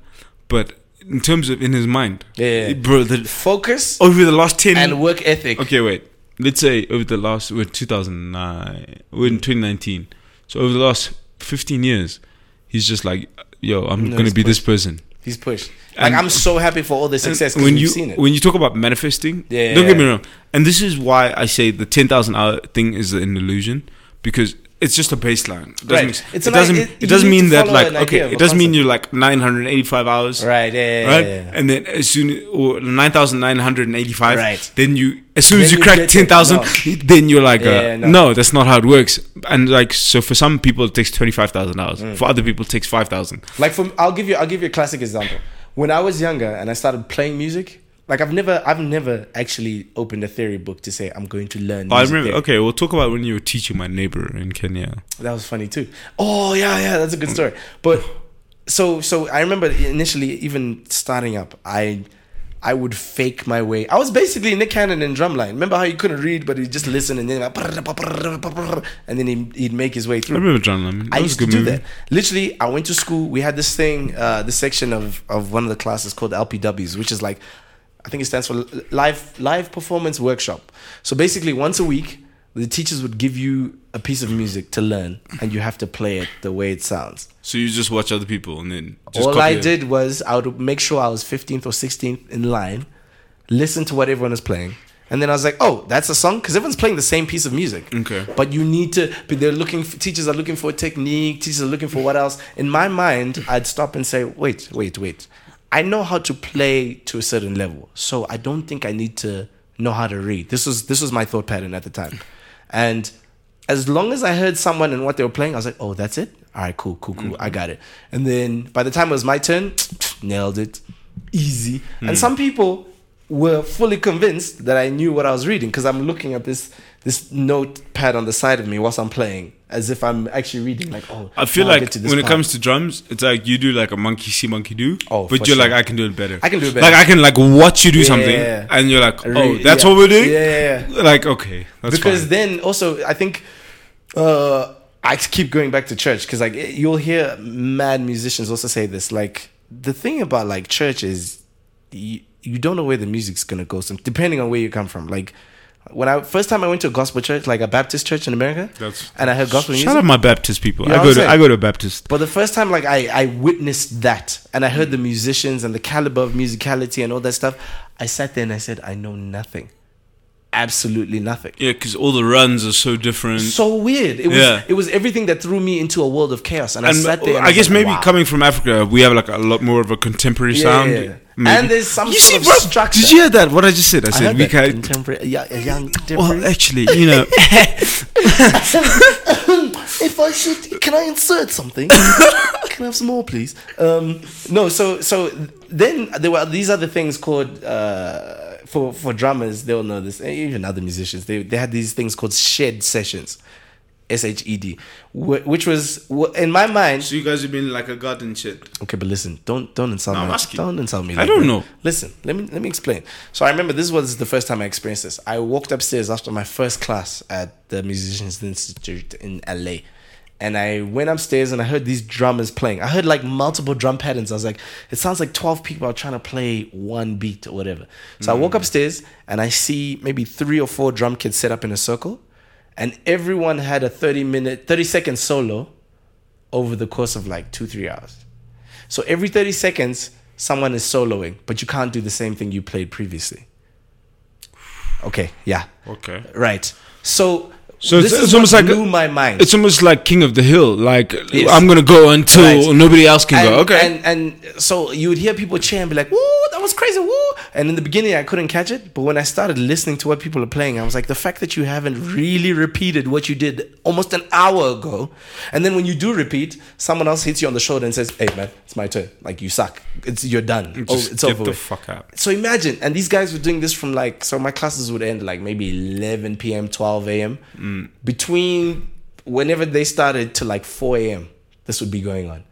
B: but in terms of in his mind,
A: Yeah, yeah, yeah.
B: bro, the,
A: focus
B: over the last 10
A: and work ethic.
B: Okay, wait. Let's say over the last we're 2009, we're in 2019. So over the last 15 years, he's just like, yo, I'm
A: No,
B: gonna
A: he's
B: be this person.
A: He's pushed. Like
B: And-
A: I'm so happy for all the
B: And
A: success because
B: when
A: we've
B: you
A: seen it.
B: when you talk about manifesting,
A: Yeah,
B: don't get me
A: yeah.
B: wrong. And this is why I say the 10,000 hour thing is an illusion because. It's just a baseline. It doesn't,
A: Right.
B: ex-
A: It's an
B: it doesn't,
A: i-
B: it,
A: it-
B: doesn't
A: you need
B: mean
A: to
B: that,
A: follow
B: like,
A: an idea
B: okay,
A: of
B: it
A: a
B: doesn't mean you're like 985 hours
A: right, yeah, yeah,
B: right?
A: yeah, yeah.
B: And then as soon or nine thousand nine hundred and eighty-five,
A: Right.
B: Then you, as soon as
A: Then
B: you
A: you
B: crack
A: get
B: ten thousand,
A: it.
B: then you're like,
A: Yeah,
B: uh,
A: yeah,
B: no.
A: no.
B: that's not how it works. And like, so for some people it takes twenty-five thousand hours.
A: Mm.
B: For other people it takes five thousand.
A: Like from I'll give you I'll give you a classic example. When I was younger and I started playing music, like I've never I've never actually opened a theory book to say I'm going to learn.
B: Oh, I
A: music
B: remember.
A: theory.
B: Okay, we'll talk about when you were teaching my neighbor in Kenya.
A: That was funny too. Oh yeah, yeah, that's a good story. But so so I remember initially even starting up, I I would fake my way. I was basically Nick Cannon in Drumline. Remember how you couldn't read, but you just listen and then like, and then he'd, he'd make his way
B: I
A: through.
B: remember John Lemon. That
A: I
B: was a
A: used to
B: good
A: do
B: movie.
A: that. Literally, I went to school. We had this thing, uh, this section of, of one of the classes called LPWs, which is like, I think it stands for live live performance workshop. So basically, once a week, the teachers would give you a piece of music to learn, and you have to play it the way it sounds.
B: So you just watch other people and then just
A: All
B: copy
A: I
B: it.
A: did was I would make sure I was 15th or 16th in line, listen to what everyone is playing. And then I was like, oh, that's a song? Because everyone's playing the same piece of music.
B: Okay.
A: But you need to, but they're looking, teachers are looking for technique, teachers are looking for what else. In my mind, I'd stop and say, wait, wait, wait. I know how to play to a certain level. So I don't think I need to know how to read. This was, this was my thought pattern at the time. And as long as I heard someone and what they were playing, I was like, oh, that's it? All right, cool, cool, cool.
B: Mm-hmm.
A: I got it. And then by the time it was my turn, nailed it. Easy.
B: Mm.
A: And some people were fully convinced that I knew what I was reading because I'm looking at this this notepad on the side of me whilst I'm playing, as if I'm actually reading. Like, oh,
B: I feel
A: now I'll
B: like
A: get to this
B: when it
A: part.
B: comes to drums, it's like you do like a monkey see, monkey do.
A: Oh,
B: but
A: for sure.
B: you're like I can do it better.
A: I can do it
B: Like
A: better.
B: I can like watch you do something,
A: Yeah.
B: and you're like,
A: Re-
B: oh, that's
A: yeah.
B: what we're doing.
A: Yeah, yeah,
B: Like okay, that's
A: because
B: fine.
A: then also I think uh, I keep going back to church because like eh, you'll hear mad musicians also say this. Like the thing about like church is you, you don't know where the music's gonna go. So depending on where you come from, like when I first time I went to a gospel church, like a Baptist church in America,
B: That's-
A: and I heard gospel music.
B: Shout out my Baptist people.
A: You know
B: I
A: what
B: go
A: I'm
B: to
A: saying?
B: I go to Baptist.
A: But the first time, like I, I witnessed that, and I heard the musicians and the caliber of musicality and all that stuff, I sat there and I said, I know nothing, absolutely nothing.
B: Yeah, because all the runs are so different.
A: So weird. It was
B: Yeah.
A: it was everything that threw me into a world of chaos, and, I
B: and
A: sat there. And
B: I
A: was
B: guess
A: like,
B: maybe
A: wow.
B: coming from Africa, we have like a lot more of a contemporary
A: Yeah,
B: sound.
A: yeah, yeah. And there's some
B: you
A: sort
B: see,
A: of
B: bro,
A: structure.
B: Did you hear that? What I just said? I said
A: heard
B: we
A: that.
B: can.
A: Contemporary- a young, a young contemporary.
B: Well, actually, you know,
A: if I should, can I insert something? can I have some more, please? Um, no, so so then there were these other things called uh, for for drummers. They'll know this. and Even other musicians, they they had these things called shed sessions, S H E D, wh- which was wh- in my mind.
B: so you guys have been like a garden shit.
A: Okay, but listen, don't don't insult
B: No,
A: me.
B: I'm asking.
A: Don't insult me.
B: I
A: like
B: don't
A: that.
B: know.
A: Listen, let me let me explain. So I remember this was the first time I experienced this. I walked upstairs after my first class at the Musicians Institute in LA. And I went upstairs and I heard these drummers playing. I heard like multiple drum patterns. I was like, it sounds like 12 people are trying to play one beat or whatever. So I walk
B: Hmm.
A: upstairs and I see maybe three or four drum kits set up in a circle. And everyone had a 30 minute, 30 second solo over the course of like two, three hours. So every 30 seconds, someone is soloing, but you can't do the same thing you played previously. Okay, yeah,
B: Okay.
A: right. So,
B: So
A: this
B: it's-
A: is
B: it's
A: what
B: almost like a-
A: blew my mind.
B: It's almost like King of the Hill. Like
A: Yes.
B: I'm gonna go until
A: Right.
B: nobody else can
A: and,
B: go. Okay.
A: And, and so you would hear people cheer and be like, woo, that was crazy, woo. And in the beginning, I couldn't catch it. But when I started listening to what people are playing, I was like, the fact that you haven't really repeated what you did almost an hour ago. And then when you do repeat, someone else hits you on the shoulder and says, hey, man, it's my turn. Like, you suck. It's You're done.
B: Just
A: oh, it's
B: get
A: over.
B: the
A: with."
B: fuck out.
A: So imagine, and these guys were doing this from like, so my classes would end like maybe 11 p.m., 12 a.m.
B: Mm.
A: Between whenever they started to like 4 a.m., this would be going on.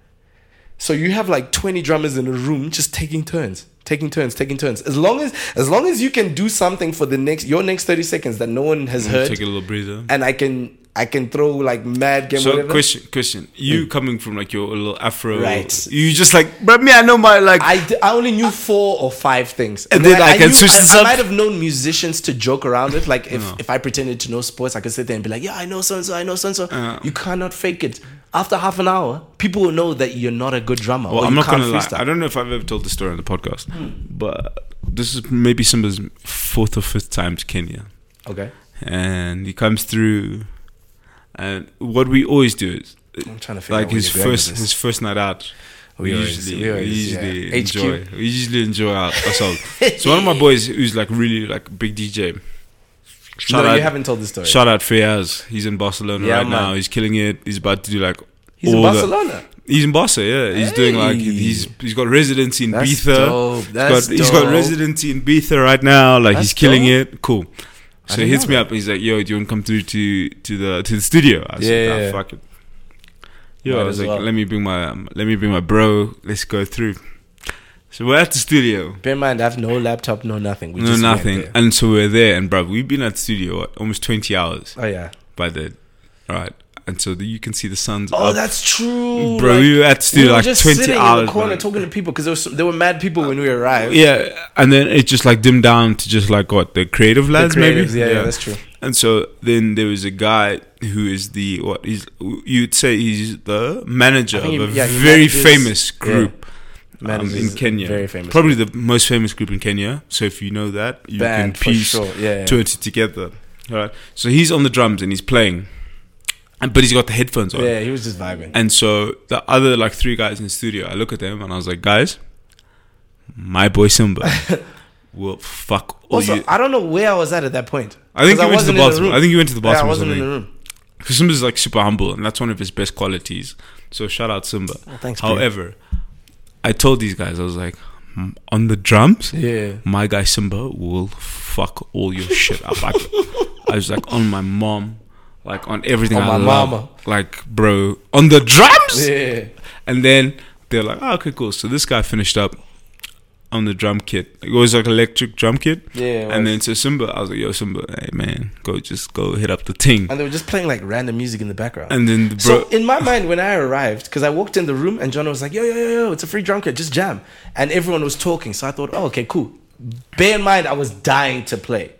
A: So you have like 20 drummers in a room just taking turns, taking turns, taking turns. As long as as long as you can do something for the next your next 30 seconds that no one has heard
B: Mm, Take a little breather.
A: and I can I can throw like mad game
B: So
A: whatever. Hmm.
B: question, question. You coming from like your little Afro,
A: Right.
B: You just like, but me, I know my like.
A: I, d- I only knew four or five things.
B: And then I can
A: knew-
B: switch
A: I,
B: this
A: I
B: up.
A: might have known musicians to joke around it. Like if,
B: No.
A: if I pretended to know sports, I could sit there and be like, yeah, I know so and so, I know so and so.
B: Yeah.
A: You cannot fake it. After half an hour, people will know that you're not a good drummer.
B: well,
A: or
B: I'm
A: you
B: not
A: can't
B: gonna lie.
A: freestyle. Hmm.
B: I don't know if I've ever told this story on the podcast, but this is maybe somebody's fourth or fifth time to Kenya,
A: Okay.
B: and he comes through, and what we always do is.
A: I'm trying to figure
B: Like
A: out where
B: his
A: you're going with
B: first
A: this.
B: his first night out, we,
A: We always-
B: usually
A: we
B: we,
A: always,
B: usually
A: yeah. HQ.
B: enjoy we usually enjoy our, ourselves. so one of my boys who's like really like big DJ. Shout
A: no,
B: out,
A: you haven't told the story.
B: Shout out Fayaz. He's in Barcelona
A: Yeah,
B: right
A: man.
B: now. He's killing it. He's about to do like
A: He's in
B: all the-
A: Barcelona.
B: he's in Barca, yeah. He's doing like
A: Hey.
B: he's he's got residency in
A: That's
B: Ibiza.
A: dope. That's
B: he's got he's got
A: dope.
B: residency in Ibiza right now. Like
A: That's
B: he's killing
A: dope.
B: it. Cool. So he
A: didn't
B: hits
A: know
B: me up. He's like, "Yo, do you want to come through to to the to the studio?" I said,
A: Yeah,
B: "Nah,
A: yeah.
B: fuck it." Yo,
A: Might
B: I was
A: as
B: like,
A: well.
B: "Let me bring my um, let me bring my bro. Let's go through." So we're at the studio.
A: Bear in mind, I have no laptop, no nothing. We
B: no,
A: just went
B: nothing.
A: there.
B: And so we're there, and bruv, we've been at the studio what, almost twenty hours
A: Oh yeah.
B: by then. All right. And so the, you can see the sun's
A: Oh,
B: up.
A: that's true.
B: Uh, Bro,
A: Like,
B: we were at the studio
A: we were
B: like
A: just
B: 20
A: sitting
B: hours.
A: in the corner
B: man.
A: talking to people because there, was some- there were mad people when we arrived.
B: Yeah, and then it just like dimmed down to just like what the creative
A: The
B: lads,
A: creatives,
B: maybe.
A: Yeah, yeah, that's true.
B: And so then there was a guy who is the what he's you'd say he's the manager
A: I think
B: of
A: he-
B: a
A: yeah, he
B: very
A: manages-
B: famous group um,
A: Manages
B: in Kenya,
A: Very famous.
B: probably the most famous group in Kenya. So if you know that, you
A: band
B: can piece
A: for sure. Yeah, yeah.
B: two and two together. All right. So he's on the drums and he's playing, and but he's got the headphones on.
A: Yeah, he was just vibing.
B: And so the other like three guys in the studio, I look at them and I was like, guys, my boy Simba will fuck all
A: Also,
B: you.
A: I don't know where I was at at that point.
B: I think
A: 'Cause
B: he went to
A: wasn't
B: the
A: in
B: bathroom.
A: room.
B: I think he went to the
A: yeah, I
B: bathroom or
A: wasn't in the
B: something.
A: room.
B: Because Simba's like super humble and that's one of his best qualities. So shout out Simba.
A: Well, thanks. babe.
B: However, I told these guys, I was like, "Mm, on the drums,
A: yeah,
B: my guy Simba will fuck all your shit up. I, I was like, on my mom, like on everything
A: On my
B: I love.
A: mama.
B: Like, bro, on the drums?
A: yeah.
B: And then they're like, oh, okay, cool. So this guy finished up on the drum kit. It was like electric drum kit.
A: Yeah, it was.
B: and then to Simba, I was like, yo, Simba, hey, man, go just go hit up the ting.
A: And they were just playing like random music in the background.
B: And then the
A: so
B: bro,
A: in my mind, when I arrived, because I walked in the room and John was like, "Yo, yo, yo, yo, it's a free drum kit, just jam." And everyone was talking, so I thought, "Oh, okay, cool." Bear in mind, I was dying to play.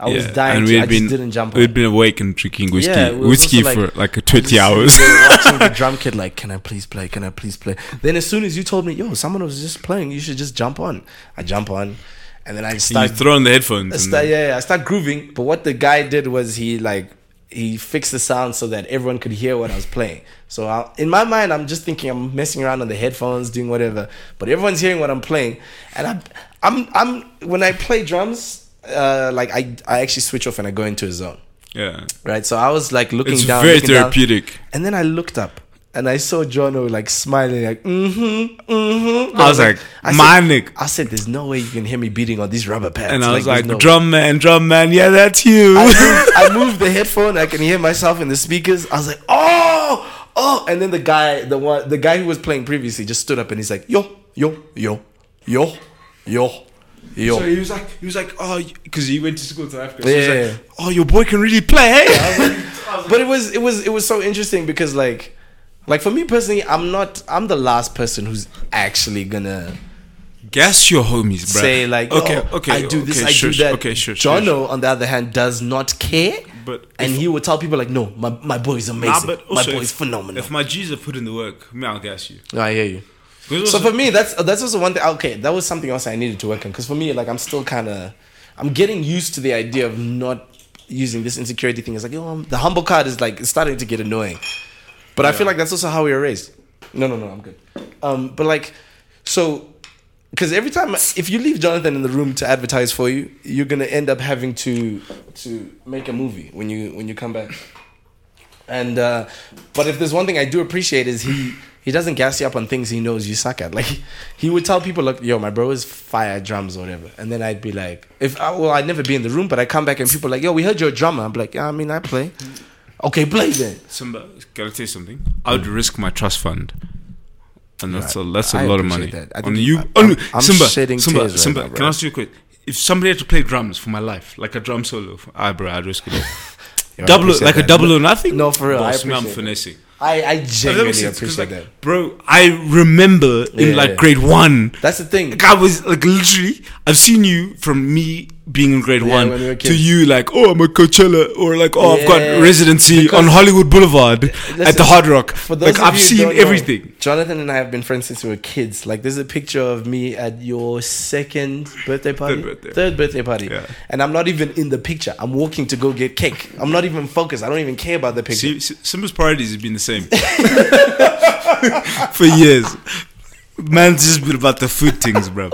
A: I was
B: yeah,
A: dying.
B: and
A: to,
B: we had
A: I
B: been
A: just didn't jump.
B: We'd
A: on.
B: been awake and drinking whiskey,
A: Yeah, it was
B: whiskey
A: also like-
B: for like 20 hours.
A: They were watching the drum kit, like, can I please play? Can I please play? Then as soon as you told me, yo, someone was just playing, you should just jump on. I jump on, and then I
B: you
A: start,
B: throw on the headphones.
A: I
B: and
A: start yeah, yeah, I start grooving. But what the guy did was he like he fixed the sound so that everyone could hear what I was playing. So I, in my mind, I'm just thinking I'm messing around on the headphones, doing whatever, but everyone's hearing what I'm playing. And I'm, I'm, I'm when I play drums, uh, like I, I actually switch off and I go into a zone,
B: Yeah.
A: right? So I was like looking
B: It's
A: down,
B: very
A: looking down.
B: therapeutic.
A: and then I looked up. And I saw Jono like smiling, like mm-hmm, mm-hmm.
B: I was like,
A: I said-
B: my Nick.
A: I said, "There's no way you can hear me beating on these rubber pads."
B: And I was
A: there's
B: like,
A: no way.
B: drum man, drum man, yeah, that's you.
A: I moved, I moved the headphone. I can hear myself in the speakers. I was like, "Oh, oh!" And then the guy, the one, the guy who was playing previously, just stood up and he's like, "Yo, yo, yo, yo, yo, yo."
B: So he was like, he was like, oh, because he went to school in South Africa. So
A: Yeah,
B: he
A: yeah,
B: was like, oh, your boy can really play. eh?"
A: but it was it was it was so interesting because like like for me personally, I'm not I'm the last person who's actually gonna
B: Gas your homies, bro.
A: say like okay, okay, I do this, I
B: sure,
A: do
B: sure,
A: that.
B: Okay, sure, sure,
A: Jono,
B: sure.
A: on the other hand, does not care.
B: But
A: and he would tell people like, "No, my my boy is
B: Nah,
A: amazing.
B: Ah, but
A: my
B: also
A: boy
B: if-
A: is phenomenal."
B: If my G's are put in the work, me, I'll gas you.
A: I hear you.
B: 'Cause
A: So
B: also-
A: for me, that's that's also one thing. Okay, that was something else I needed to work on because for me, like I'm still kind of, I'm getting used to the idea of not using this insecurity thing. It's like, oh, the humble card is like it's starting to get annoying, but I feel like that's also how we were raised. No, no, no, I'm good. Um, but like, so because every time if you leave Jonathan in the room to advertise for you, you're gonna end up having to to make a movie when you when you come back. And uh, but if there's one thing I do appreciate is he he doesn't gas you up on things he knows you suck at. Like he would tell people, like, "Yo, my bro is fire at drums or whatever," and then I'd be like, "If I, well, I'd never be in the room, but I come back and people are like, yo, we heard you're a drummer." I'm like, "Yeah, I mean, I play." Okay, play then.
B: Simba, can I tell you something? I would risk my trust fund, and that's a that's a
A: I
B: lot of money.
A: appreciate that. I
B: On
A: think
B: you,
A: I'm-
B: on,
A: I'm
B: Simba,
A: shedding
B: Simba,
A: tears right
B: Simba.
A: now, bro.
B: can I ask you a quick? If somebody had to play drums for my life, like a drum solo, I bro, I'd risk it. all.
A: Yo, I
B: double,
A: appreciate
B: like a
A: that.
B: double or nothing.
A: No, for real, I
B: Boss, me, I'm
A: appreciate that.
B: finessing.
A: I I
B: If that
A: genuinely
B: makes sense, 'cause,
A: appreciate that.
B: like, bro. I remember
A: Yeah,
B: in like
A: yeah.
B: grade one.
A: That's the thing.
B: Like I was like literally, I've seen you from me being in grade one
A: when we were
B: to
A: kids.
B: you like, oh, I'm a Coachella, or like, oh, I've
A: Yeah.
B: got residency on Hollywood Boulevard at the
A: listen,
B: Hard Rock.
A: For those
B: Like
A: of
B: I've
A: you who
B: seen
A: don't know,
B: everything.
A: Jonathan and I have been friends since we were kids. Like there's a picture of me at your second birthday party,
B: birthday.
A: third birthday party,
B: Yeah.
A: and I'm not even in the picture. I'm walking to go get cake. I'm not even focused. I don't even care about the picture.
B: See, S- Simba's priorities have been the same for years. Man's just been about the food things, bro.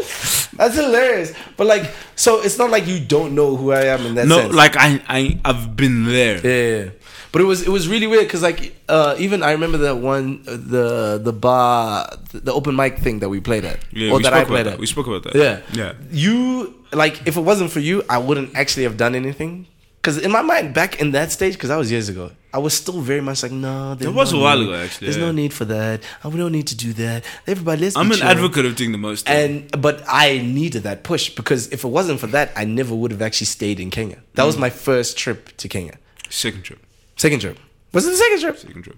A: That's hilarious. But like, so it's not like you don't know who I am in that
B: no,
A: sense.
B: like I, I, I've been there.
A: Yeah, yeah, yeah. but it was it was really weird because like uh, even I remember that one uh, the the bar the open mic thing that we played at
B: Yeah,
A: or
B: we
A: that
B: spoke
A: I
B: about
A: played
B: that.
A: at.
B: We spoke about that.
A: Yeah,
B: Yeah.
A: You like if it wasn't for you, I wouldn't actually have done anything. Because in my mind, back in that stage, because that was years ago, I was still very much like, no, there's
B: That was
A: no
B: a while
A: need.
B: ago, actually,
A: There's no
B: yeah.
A: need for that. I we don't need to do that. Everybody, let's. be
B: I'm an
A: chill."
B: advocate of doing the most. though.
A: And but I needed that push because if it wasn't for that, I never would have actually stayed in Kenya. That
B: Mm.
A: was my first trip to Kenya.
B: second trip,
A: Second trip. Was it the second trip?
B: second trip.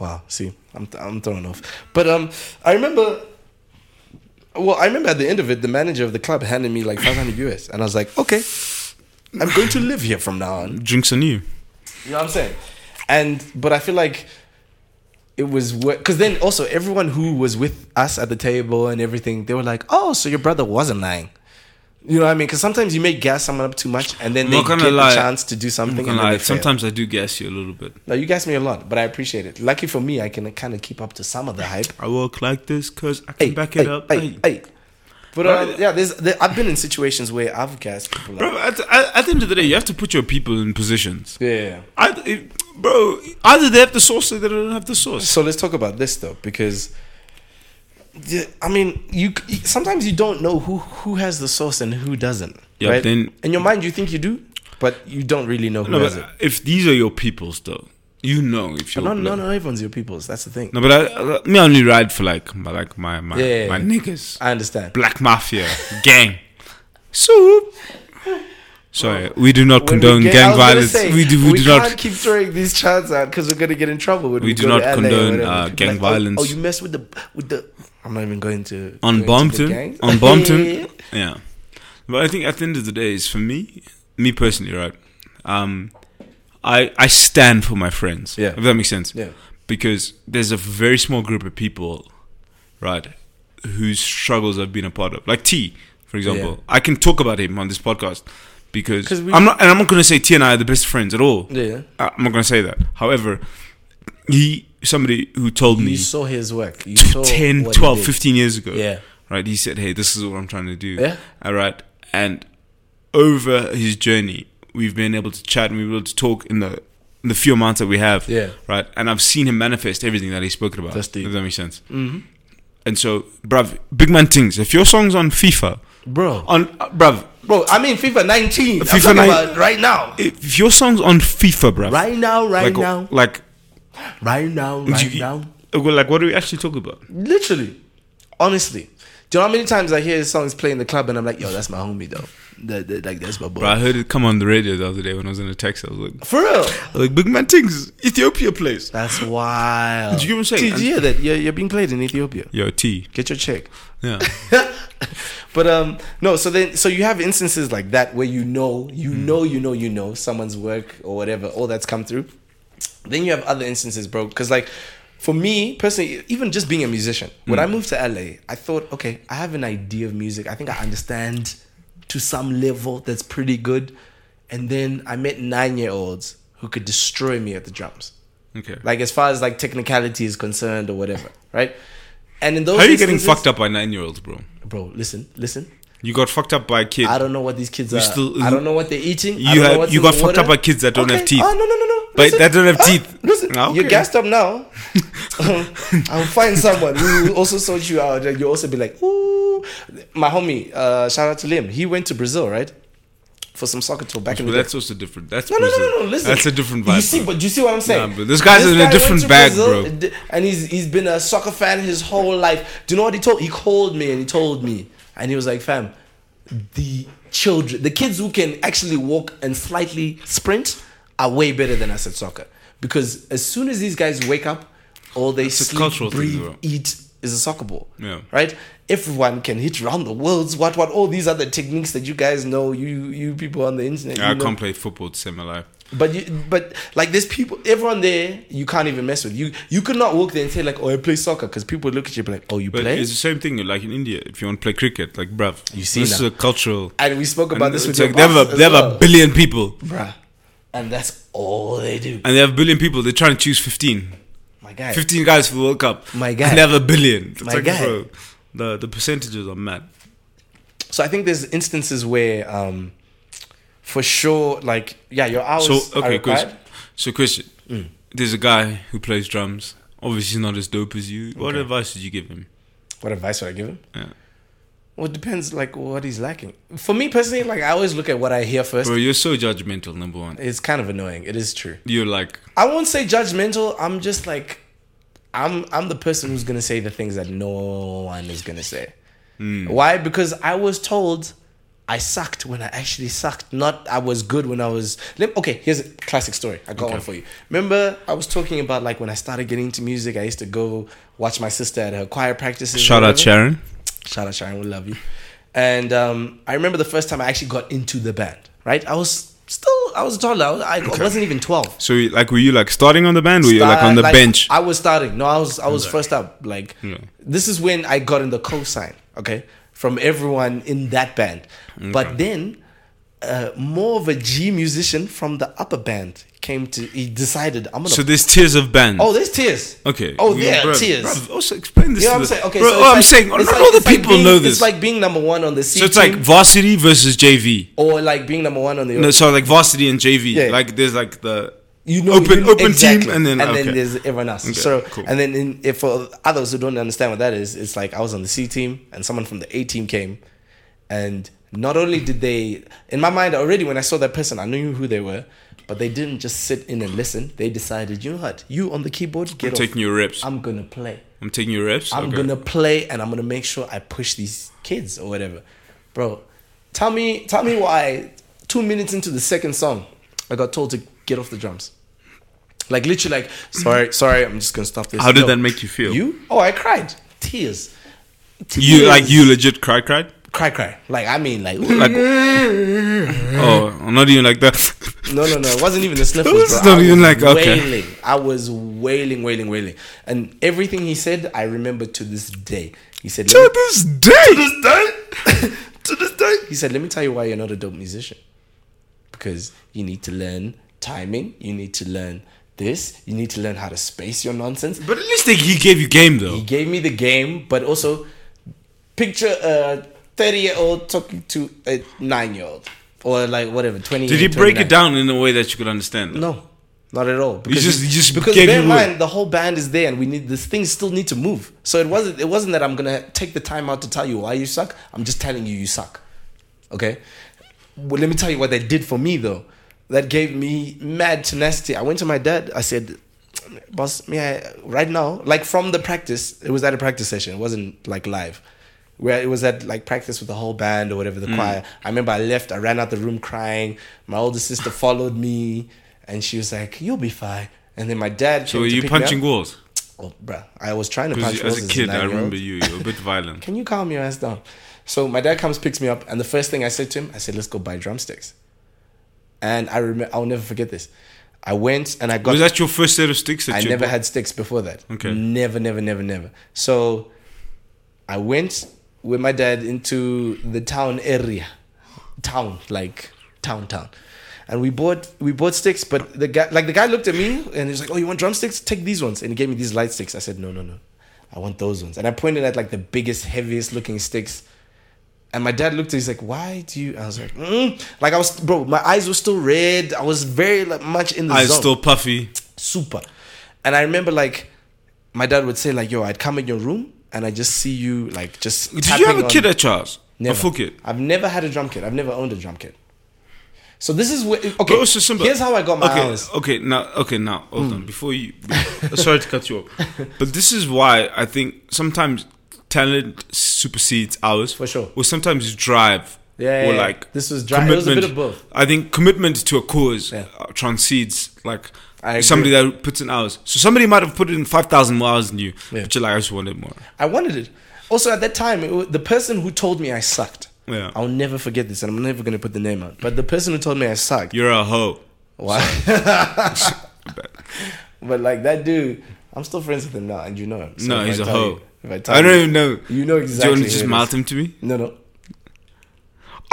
A: Wow. See, I'm I'm thrown off. But um, I remember. Well, I remember at the end of it, the manager of the club handed me like 500 US, and I was like, okay, I'm going to live here from now on.
B: Drinks on you.
A: You know what I'm saying? And but I feel like it was because then also everyone who was with us at the table and everything, they were like, oh, so your brother wasn't lying. You know what I mean? Because sometimes you may gas someone up too much, and then
B: I'm
A: they
B: not
A: get
B: gonna
A: the
B: lie.
A: chance to do something.
B: I'm not
A: and
B: gonna
A: then
B: lie,
A: they fail.
B: Sometimes I do gas you a little bit.
A: No, you gas me a lot, but I appreciate it. Lucky for me, I can kind of keep up to some of the hype.
B: I work like this because I can back it up.
A: Hey,
B: Hey.
A: hey. But
B: Bro,
A: uh, yeah, there's, there, I've been in situations where I've gassed people. Up.
B: Bro, at, at, at the end of the day, you have to put your people in positions.
A: Yeah.
B: I, it- bro, either they have the sauce or they don't have the sauce.
A: So let's talk about this though, because yeah, I mean, you c- sometimes you don't know who who has the sauce and who doesn't.
B: Yeah,
A: right?
B: then-
A: in your mind you think you do, but you don't really know who
B: No,
A: has it.
B: but if these are your peoples, though, you know if you're.
A: No, no,
B: black.
A: no, everyone's your peoples. That's the thing.
B: No, but I, I, me, I only ride for like my like my my,
A: Yeah.
B: my niggas,
A: I understand.
B: black mafia gang. So, sorry, we do not
A: When we
B: condone
A: get- I
B: gang
A: was gonna
B: violence.
A: say,
B: we do we, do
A: can't
B: not.
A: keep throwing these chants out because we're gonna get in trouble. When we,
B: We do
A: go
B: not
A: to LA or
B: condone,
A: whatever.
B: uh,
A: People
B: gang
A: like, oh-
B: violence.
A: Oh, you mess with the with the. I'm not even going to
B: on
A: going to the
B: Bompton,
A: gangs.
B: on Bompton, yeah. But I think at the end of the day, is for me, me personally, right? Um, I I stand for my friends.
A: Yeah.
B: if that makes sense.
A: Yeah.
B: because there's a very small group of people, right, whose struggles I've been a part of. Like T, for example, I can talk about him on this podcast, because
A: 'Cause we-
B: I'm not, and I'm not gonna say T and I are the best friends at all.
A: Yeah.
B: I- I'm not gonna say that. However, he somebody who told
A: You
B: me
A: saw his work. You saw
B: 10,
A: what he
B: 12,
A: did.
B: 15 years ago.
A: Yeah.
B: Right. He said, "Hey, this is what I'm trying to do."
A: Yeah.
B: All right. And over his journey, we've been able to chat and we've been able to talk in the in the few amounts that we have.
A: Yeah.
B: Right. And I've seen him manifest everything that he's spoken about.
A: That's deep.
B: If that makes sense.
A: Mhm.
B: And so, bruv, big man things. If your song's on FIFA,
A: Bro.
B: on uh, bruv,
A: Bro, I mean FIFA 19. I'm
B: FIFA
A: talking
B: 9
A: about right now.
B: if your song's on FIFA, bruv,
A: Right now, right
B: like,
A: now.
B: like,
A: Right now, right
B: you-
A: now.
B: well, like, what do we actually talk about?
A: Literally. Honestly. Do you know how many times I hear his songs play in the club and I'm like, yo, that's my homie though. That- that- like that's my boy.
B: Bro, I heard it come on the radio the other day when I was in a taxi. I was like,
A: For real.
B: I was like, big man things, Ethiopia plays.
A: That's wild.
B: Did you hear what I'm saying?
A: Did you hear that? You're, you're being played in Ethiopia.
B: Yo, T.
A: Get your check.
B: Yeah.
A: but um no so then so you have instances like that where you know you
B: Hmm.
A: know you know you know someone's work or whatever all that's come through then you have other instances bro because like for me personally even just being a musician when
B: Hmm.
A: i moved to la i thought okay i have an idea of music i think i understand to some level that's pretty good and then i met nine year olds who could destroy me at the drums
B: Okay.
A: like as far as like technicality is concerned or whatever right and in those
B: How are you getting
A: instances-
B: fucked up by nine year olds, bro?
A: bro listen listen
B: You got fucked up by a kid.
A: I don't know what these kids
B: You
A: are.
B: still-
A: I don't know what they're eating. I
B: You
A: don't know
B: had-
A: what's
B: you
A: in
B: got
A: the
B: fucked
A: water.
B: up by kids that don't have teeth.
A: Oh no no no no!
B: But that don't have
A: huh?
B: teeth.
A: Listen,
B: Ah,
A: you're
B: okay.
A: gassed up now. Um, I'll find someone who will also sort you out, and you'll also be like, "Ooh, my homie." Uh, shout out to Liam. He went to Brazil, right, for some soccer tour back in
B: But
A: the day.
B: that's also different. That's
A: No, no, no,
B: Brazil.
A: no, no. Listen,
B: That's a different vibe.
A: You see,
B: bro.
A: but you see what I'm saying?
B: Nah, bro, this guy's in a
A: went
B: different
A: to
B: bag, bro.
A: d- And he's he's been a soccer fan his whole life. Do you know what he told? He called me and he told me, and he was like, "Fam, the children, the kids who can actually walk and slightly sprint, are way better than us at soccer because as soon as these guys wake up, all they
B: a
A: sleep,
B: cultural thing,
A: breathe,
B: bro.
A: eat is a soccer ball.
B: Yeah.
A: Right? Everyone can hit round the worlds, what what all these other techniques that you guys know, you you people on the internet.
B: I
A: you know.
B: can't play football to save my life.
A: But you, but like there's people, everyone there you can't even mess with. You you could not walk there and say like, oh, I play soccer because people would look at you and be like, oh, you
B: But
A: play.
B: it's the same thing. Like in India, if you want to play cricket, like bruv,
A: You see
B: this
A: now.
B: is a cultural.
A: And we spoke about
B: and
A: this with
B: it's
A: your
B: like they have,
A: boss
B: a,
A: as
B: they have
A: well.
B: a billion people,
A: Bruh. and that's all they do.
B: and they have a billion people. They're trying to choose 15.
A: My guy,
B: 15 guys for the World Cup.
A: My guy.
B: And they have a billion. It's
A: My
B: like,
A: guy.
B: bro, the the percentages are mad.
A: So I think there's instances where, um, for sure, like yeah, your hours
B: So
A: are
B: okay,
A: required.
B: question. So Christian, there's a guy who plays drums. Obviously, not as dope as you. What advice would you give him?
A: What advice would I give him?
B: Yeah.
A: Well, it depends like what he's lacking. For me personally, like I always look at what I hear first.
B: Bro, you're so judgmental. Number one,
A: It's kind of annoying. It is true.
B: you're like
A: I won't say judgmental. I'm just like, I'm I'm the person who's gonna say the things that no one is gonna say.
B: Hmm.
A: Why? Because I was told I sucked when I actually sucked. Not I was good when I was. Lem- Okay, here's a classic story. I got one for you. Remember, I was talking about like when I started getting into music. I used to go watch my sister at her choir practices.
B: shout
A: or
B: out
A: whatever.
B: Sharon.
A: Shout out Sharon, we love you. And um, I remember the first time I actually got into the band. Right, I was still I was a toddler. I, was, I wasn't even twelve.
B: So like, were you like starting on the band? Were you like on
A: Start-
B: the bench?
A: I was starting. No, I was I was first up. Like
B: Yeah.
A: this is when I got in the cosign. Okay, from everyone in that band. But then, uh, more of a G musician from the upper band came to. He decided I'm gonna.
B: so there's tiers of bands.
A: oh, there's tears.
B: okay.
A: Oh,
B: We-
A: there
B: bruv,
A: tears.
B: bruv, also explain this.
A: You know
B: to
A: what I'm
B: the-
A: saying? Okay,
B: bro,
A: so
B: oh,
A: it's
B: I'm
A: like-
B: saying not
A: it's like-
B: all the
A: it's like
B: people
A: being-
B: know this.
A: It's like being number one on the C
B: so it's like
A: team
B: varsity versus JV.
A: or like being number one on the.
B: No, so like varsity and JV.
A: Yeah.
B: Like there's like the
A: you know
B: open
A: you-
B: open
A: exactly.
B: team and then okay.
A: there's everyone else.
B: Okay,
A: so
B: cool.
A: and then in, if for others who don't understand what that is, it's like I was on the C team and someone from the A team came, and not only did they, in my mind already when I saw that person, I knew who they were, but they didn't just sit in and listen. They decided, you know what, you on the keyboard, get
B: I'm
A: off.
B: taking your reps. I'm,
A: I'm gonna play.
B: taking your reps.
A: I'm
B: okay.
A: gonna play and I'm gonna make sure I push these kids or whatever. Bro, tell me tell me why two minutes into the second song I got told to get off the drums. Like literally like sorry, sorry, I'm just gonna stop this.
B: How did that make you feel?
A: You? Oh I cried. Tears.
B: You like
A: Tears.
B: you legit cry cried?
A: cry cry. Like I mean like,
B: Like oh, I'm not even like that.
A: No, no, no. It wasn't even the sniffles.
B: It's
A: bro.
B: not
A: I
B: even
A: was
B: like, okay.
A: Wailing. I was wailing, wailing, wailing. And everything he said, I remember to this day. He said,
B: to
A: "Let
B: this day, to this day,
A: He said, "Let me tell you why you're not a dope musician. because you need to learn timing, you need to learn this, you need to learn how to space your nonsense.
B: But at least they, he gave you game though.
A: He gave me the game, but also picture a 30 year old talking to a 9 year old or like whatever, 20
B: Did he break it down in a way that you could understand?
A: No, not at all. Because
B: just- he just
A: because
B: gave
A: bear
B: you
A: in
B: wood.
A: mind the whole band is there, and we need this thing still need to move. So it wasn't it wasn't that I'm gonna take the time out to tell you why you suck. I'm just telling you you suck. Okay. Well, let me tell you what that did for me though. That gave me mad tenacity. I went to my dad. I said, "Boss, me I, right now, like from the practice. It was at a practice session. It wasn't like live." Where it was at like practice with the whole band or whatever the
B: Mm.
A: choir. I remember I left. I ran out the room crying. My older sister followed me, and she was like, "You'll be fine." And then my dad.
B: So
A: came
B: were
A: to
B: you
A: pick me up.
B: punching walls?
A: Oh, bruh, I was trying to punch
B: Because
A: walls
B: as a kid, I
A: nine-year-old
B: remember you. You're a bit violent.
A: can you calm your ass down? So my dad comes, picks me up, and the first thing I said to him, I said, let's go buy drumsticks. And I remember, I'll never forget this. I went and I got.
B: Was that your first set of sticks? That
A: I
B: you
A: never
B: bought?
A: had sticks before that.
B: Okay.
A: Never, never, never, never. So I went with my dad into the town area. Town, like town town. And we bought we bought sticks, but the guy like the guy looked at me and he's like, Oh, you want drumsticks? Take these ones. And he gave me these light sticks. I said, No, no, no. I want those ones. And I pointed at like the biggest, heaviest looking sticks. And my dad looked at me, he's like, why do you? I was like, mm. like I was, bro, my eyes were still red. I was very like, much in the
B: Eyes
A: zone
B: still puffy.
A: super. And I remember like my dad would say like, "Yo, I'd come in your room and I just see you like just."
B: Did you have
A: tapping
B: a kid
A: on-
B: at Charles? A full kid.
A: I've never had a drum kit. I've never owned a drum kit. So this is where okay.
B: But also Simba.
A: Here's how I got my
B: okay,
A: hours. Hmm.
B: Okay, now, okay, now, hold on. Before you, sorry to cut you off, but this is why I think sometimes talent supersedes hours
A: For sure.
B: or sometimes drive.
A: Yeah,
B: or
A: yeah, yeah.
B: like
A: This was drive. It was a bit of both.
B: I think commitment to a cause
A: Yeah.
B: uh, transcedes like
A: I agree.
B: somebody that puts in hours. So somebody might have put in five thousand more hours than you,
A: Yeah.
B: but you're like, I just wanted more.
A: I wanted it. Also, at that time, it wa- the person who told me I sucked.
B: Yeah.
A: I'll never forget this, and I'm never gonna put the name out. But the person who told me I sucked.
B: You're a hoe.
A: Why? but like that dude, I'm still friends with him now, and you know him. So
B: no,
A: if
B: he's
A: I
B: a
A: tell
B: hoe.
A: you- if I, tell
B: I
A: you-
B: don't even know.
A: You know
B: Do you
A: exactly.
B: want
A: who
B: to
A: it
B: just
A: is.
B: mouth him to me?
A: No, no.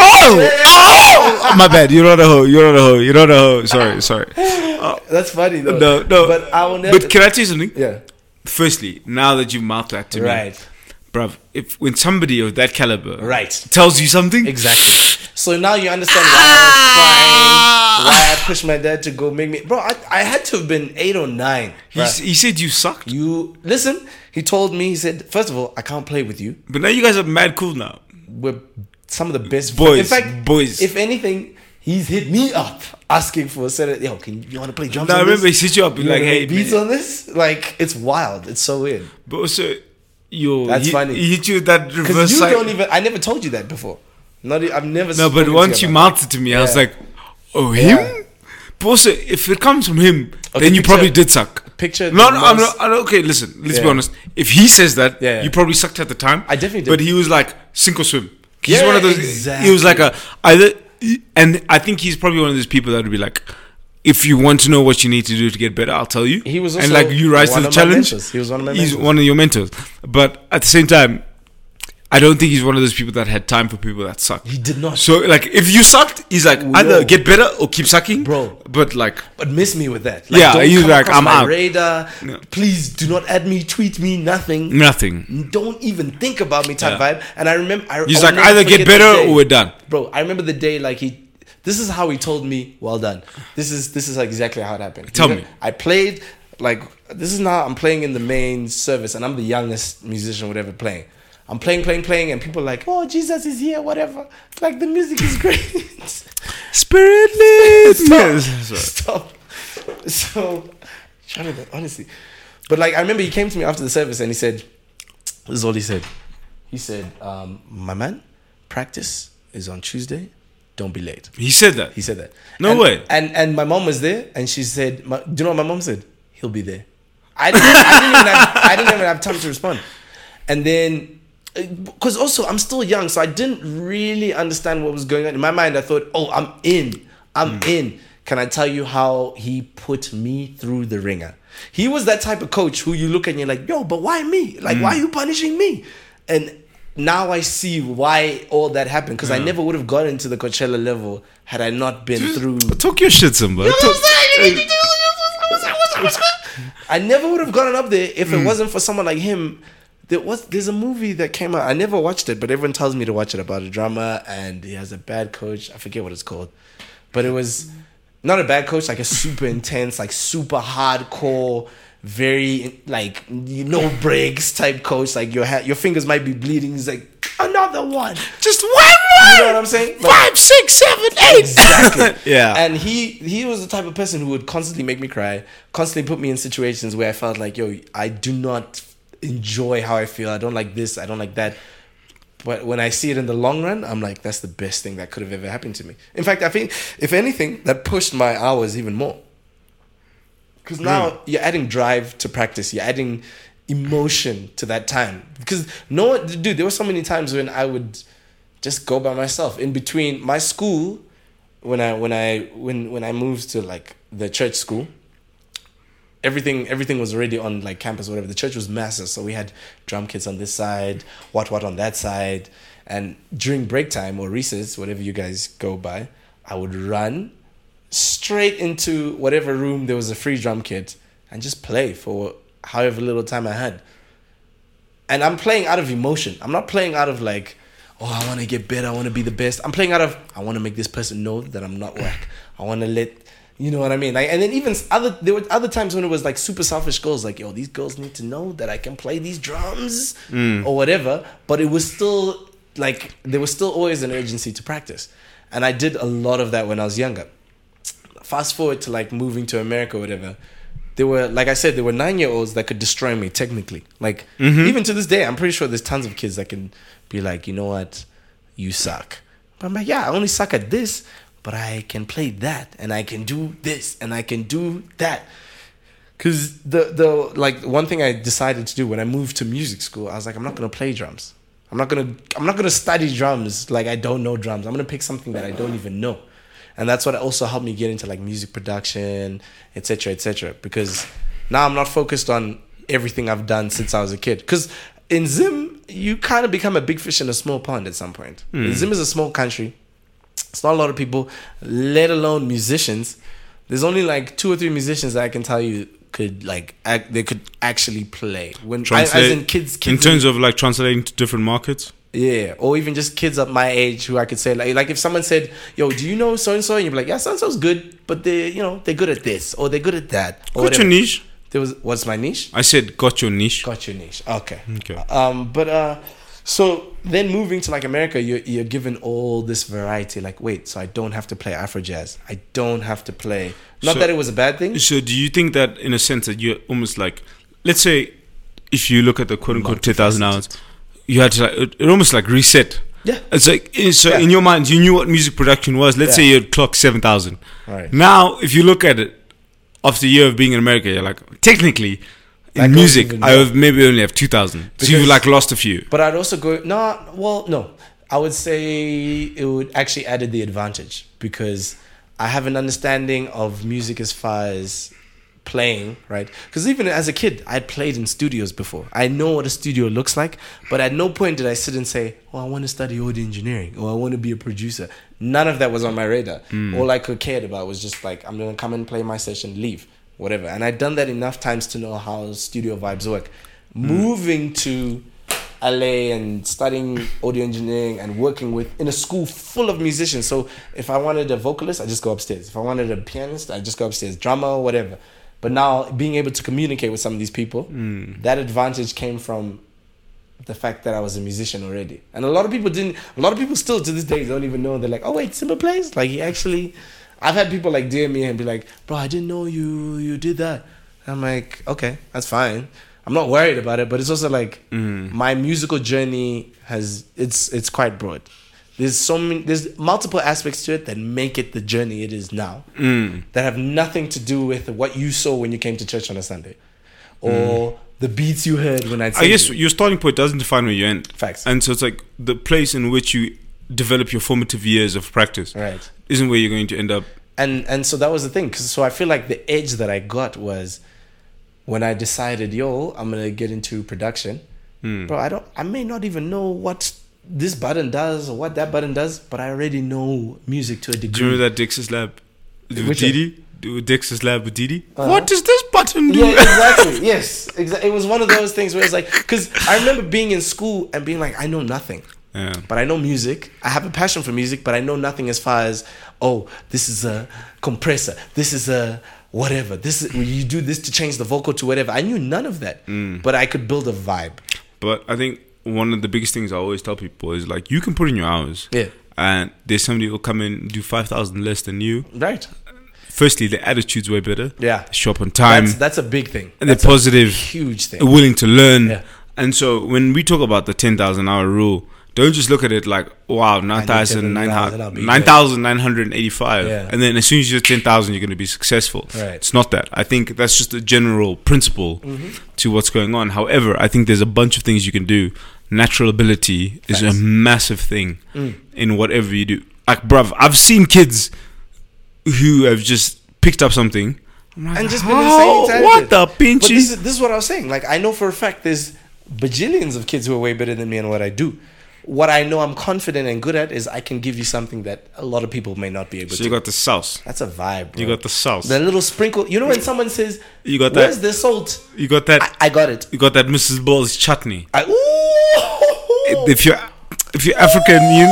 B: Oh, oh, my bad. You're not a hoe. You're not a hoe. You're not a hoe. Sorry, sorry.
A: That's funny though.
B: No, no.
A: But I will never.
B: But can I tell you something?
A: yeah.
B: Firstly, now that you've mouthed that to me,
A: Right.
B: bruv, if when somebody of that caliber
A: Right.
B: tells you something,
A: Exactly. Ah! So now you understand why I was crying, why I pushed my dad to go make me. Bro, I, I had to have been eight or nine.
B: he, s- he said you sucked.
A: You listen. He told me. He said, first of all, I can't play with you.
B: But now you guys are mad cool now.
A: We're some of the best
B: Boys,
A: In fact,
B: boys.
A: If anything, he's hit me up asking for a set of yo. Can you want to play drums?
B: Now I
A: on
B: remember he
A: this?
B: set you up
A: You wanna
B: like,
A: make
B: hey,
A: beats
B: man.
A: on this. Like it's wild. It's so weird.
B: but also yo,
A: That's
B: he,
A: funny.
B: He hit you with that
A: Because
B: reverse
A: you
B: side.
A: don't even. I never told you that before. Not. e- I've never.
B: no,
A: spoken
B: but
A: to
B: once you
A: about
B: mouthed it to me, I was
A: Yeah.
B: like, oh, him.
A: Yeah.
B: But also, if it comes from him,
A: Okay,
B: then you
A: picture-
B: probably did suck.
A: that. picture.
B: No,
A: the
B: no, I'm
A: most-
B: not, I don't- okay, listen, let's be
A: Yeah.
B: honest. If he says that,
A: Yeah, yeah.
B: you probably sucked at the time.
A: I definitely did.
B: But he was like, sink or swim. He's
A: Yeah,
B: one of those.
A: exactly.
B: He was like a. Either, and I think he's probably one of those people that would be like, if you want to know what you need to do to get better, I'll tell you.
A: He was
B: and
A: also
B: like you rise
A: one
B: to the
A: of my
B: challenge.
A: mentors. He was one of my
B: He's
A: mentors.
B: one of your mentors. But at the same time, I don't think he's one of those people that had time for people that suck.
A: He did not.
B: So like, if you sucked, he's like either
A: Yo.
B: get better or keep sucking,
A: Bro.
B: But like,
A: But miss me with that.
B: Yeah,
A: don't
B: he's
A: come
B: like,
A: across
B: I'm
A: my
B: out.
A: Radar. Please do not add me. Tweet me. Nothing.
B: nothing.
A: Don't even think about me. Type
B: Yeah.
A: vibe. And I remember. I,
B: He's
A: I'll
B: like,
A: never
B: either get
A: forget the
B: better
A: day.
B: or we're done.
A: Bro, I remember the day like he. This is how he told me. Well done. This is this is exactly how it happened.
B: Tell
A: He's
B: me.
A: like, I played like this is now I'm playing in the main service and I'm the youngest musician whatever playing. I'm playing, playing, playing, and people are like, oh, Jesus is here, whatever. Like the music is great.
B: Spirit leads.
A: Stop. So, Jonathan, honestly. But like, I remember he came to me after the service and he said, This is all he said. He said, um, My man, practice is on Tuesday. Don't be late.
B: He said that.
A: He said that.
B: No
A: And-
B: way.
A: And and my mom was there and she said, my, Do you know what my mom said? He'll be there. I didn't, I didn't, even, have, I didn't even have time to respond. And then, because also I'm still young, so I didn't really understand what was going on. In my mind, I thought, oh, I'm in. I'm in. Can I tell you how he put me through the ringer? He was that type of coach who you look at and you're like, yo, but why me? Like, why are you punishing me? And now I see why all that happened because I
B: Yeah.
A: never would have gotten to the Coachella level had I not been through.
B: Talk your shit, Simba. Talk-
A: I never would have gotten up there if it wasn't for someone like him. There was there's a movie that came out. I never watched it, but everyone tells me to watch it about a drama and he has a bad coach. I forget what it's called, but it was not a bad coach. Like a super intense, like super hardcore, very like no breaks type coach. Like your ha- your fingers might be bleeding. He's like another one.
B: Just one more.
A: You know what I'm saying? Like-
B: Five, six, seven, eight.
A: Exactly.
B: yeah.
A: And he he was the type of person who would constantly make me cry, constantly put me in situations where I felt like, yo, I do not enjoy how I feel. I don't like this. I don't like that. But when I see it in the long run, I'm like, that's the best thing that could have ever happened to me. In fact, I think if anything, that pushed my hours even more. Because now you're adding drive to practice. You're adding emotion to that time. Because no, one- dude, there were so many times when I would just go by myself in between my school. When I when I when when I moved to like the church school, everything everything was already on like campus whatever the church was massive so we had drum kits on this side what what on that side and during break time or recess whatever you guys go by i would run straight into whatever room there was a free drum kit and just play for however little time i had and i'm playing out of emotion i'm not playing out of like oh i want to get better i want to be the best i'm playing out of i want to make this person know that i'm not whack i want to let you know what I mean? Like, and then even s- other there were other times when it was like super selfish goals, like yo, these girls need to know that I can play these drums or whatever. But it was still like there was still always an urgency to practice, and I did a lot of that when I was younger. Fast forward to like moving to America, or whatever. There were, like I said, there were nine year olds that could destroy me technically. Like even to this day, I'm pretty sure there's tons of kids that can be like, you know what, you suck. But I'm like, yeah, I only suck at this, but I can play that, and I can do this, and I can do that. Cause the the like one thing I decided to do when I moved to music school, I was like, I'm not gonna play drums. I'm not gonna I'm not gonna study drums like I don't know drums. I'm gonna pick something that I don't even know, and that's what also helped me get into like music production, etc. etc. Because now I'm not focused on everything I've done since I was a kid. Because in Zim, you kind of become a big fish in a small pond at some point. Zim is a small country. It's not a lot of people, let alone musicians. There's only like two or three musicians that I can tell you could like act, they could actually play. When I, as
B: Translate-
A: in kids,
B: in
A: kids
B: terms of like translating to different markets,
A: yeah, or even just kids up my age who I could say like, like if someone said, "Yo, do you know so and so?" and you're like, "Yeah, so and so's good, but they, you know, they're good at this or they're good at that." Or
B: got your
A: whatever.
B: niche.
A: There was what's my niche?
B: I said, got your niche.
A: Got your niche. Okay.
B: Okay.
A: Um, but uh, so then moving to like America, you're you're given all this variety. Like, wait, so I don't have to play Afro jazz. I don't have to play. Not
B: So-
A: that it was a bad thing.
B: So do you think that in a sense that you're almost like, let's say, if you look at the quote unquote ten thousand hours, you had to like, it, it almost like reset.
A: Yeah.
B: It's like eh, so
A: Yeah.
B: in your mind you knew what music production was. Let's
A: Yeah.
B: say you had clocked seven thousand.
A: Right.
B: Now if you look at it, after a year of being in America, you're like technically.
A: I
B: In
A: don't
B: music,
A: even
B: I
A: know.
B: have maybe only have two thousand. So you've
A: Because-
B: like lost a few.
A: But I'd also go no. Well, no. I would say it would actually added the advantage because I have an understanding of music as far as playing, right? Because even as a kid, I'd played in studios before. I know what a studio looks like, but at no point did I sit and say, "Oh, I want to study audio engineering," or "I want to be a producer." None of that was on my radar. All I could cared about was just like, "I'm gonna come and play my session, leave, whatever." And I'd done that enough times to know how studio vibes work. Moving to LA and studying audio engineering and working with in a school full of musicians. So if I wanted a vocalist, I just go upstairs. If I wanted a pianist, I just go upstairs, drummer, whatever. But now being able to communicate with some of these people, that advantage came from the fact that I was a musician already. And a lot of people didn't a lot of people still to this day don't even know they're like, oh wait, Simba plays? Like he actually I've had people like DM me and be like, Bro, I didn't know you you did that. I'm like, okay, that's fine. I'm not worried about it, but it's also like my musical journey has it's it's quite broad. There's so many there's multiple aspects to it that make it the journey it is now that have nothing to do with what you saw when you came to church on a Sunday. Or the beats you heard when I
B: I guess your starting point doesn't define where you end.
A: Facts.
B: And so it's like the place in which you develop your formative years of practice
A: Right.
B: isn't where you're going to end up.
A: and and so that was the thing 'Cause- so i feel like the edge that i got was when i decided yo i'm gonna get into production bro. I don't. I may not even know what this button does or what that button does, but I already know music to a
B: Do you
A: degree.
B: remember that Dix's lab? With
A: Hmm. Which
B: Didi? Do Dix's lab with Didi?
A: Uh-huh.
B: What does this button do?
A: Yeah, exactly. yes, exa- it was one of those things where it's like, because I remember being in school and being like, I know nothing.
B: Yeah.
A: but I know music. I have a passion for music, but I know nothing as far as oh, this is a compressor. This is a whatever. This is, you do this to change the vocal to whatever. I knew none of that,
B: Mm.
A: but I could build a vibe.
B: But I think one of the biggest things I always tell people is like you can put in your hours.
A: Yeah.
B: And there's somebody who'll come in do five thousand less than you.
A: Right?
B: Firstly, the attitude's way better.
A: Yeah.
B: They show up on time.
A: that's that's a big thing.
B: and they're
A: That's a
B: positive.
A: huge thing.
B: willing to learn.
A: Yeah.
B: And so when we talk about the 10,000 hour rule, don't just look at it like, wow, 9,985.
A: 10,000, I'll be
B: 9,985.
A: Yeah.
B: And then as soon as you're 10,000, you're going to be successful.
A: Right.
B: It's not that. I think that's just a general principle
A: Mm-hmm.
B: to what's going on. However, I think there's a bunch of things you can do. Natural ability is
A: Facts. Mm.
B: a massive thing in whatever you do. Like, bruv, I've seen kids who have just picked up something. I'm like,
A: and just been
B: "How?
A: insane talented.
B: What the
A: But
B: pinchy?
A: this is, this is what I was saying. Like I know for a fact there's bajillions of kids who are way better than me in what I do. What I know I'm confident and good at is I can give you something that a lot of people may not be able
B: So
A: to.
B: you got the sauce.
A: That's a vibe, bro.
B: You got the sauce.
A: The little sprinkle. You know when someone says,
B: You got
A: Where's
B: that-
A: the salt?
B: you got that.
A: I, I got it.
B: you got that Mrs. Ball's chutney.
A: I, ooh.
B: If you're if you're African, you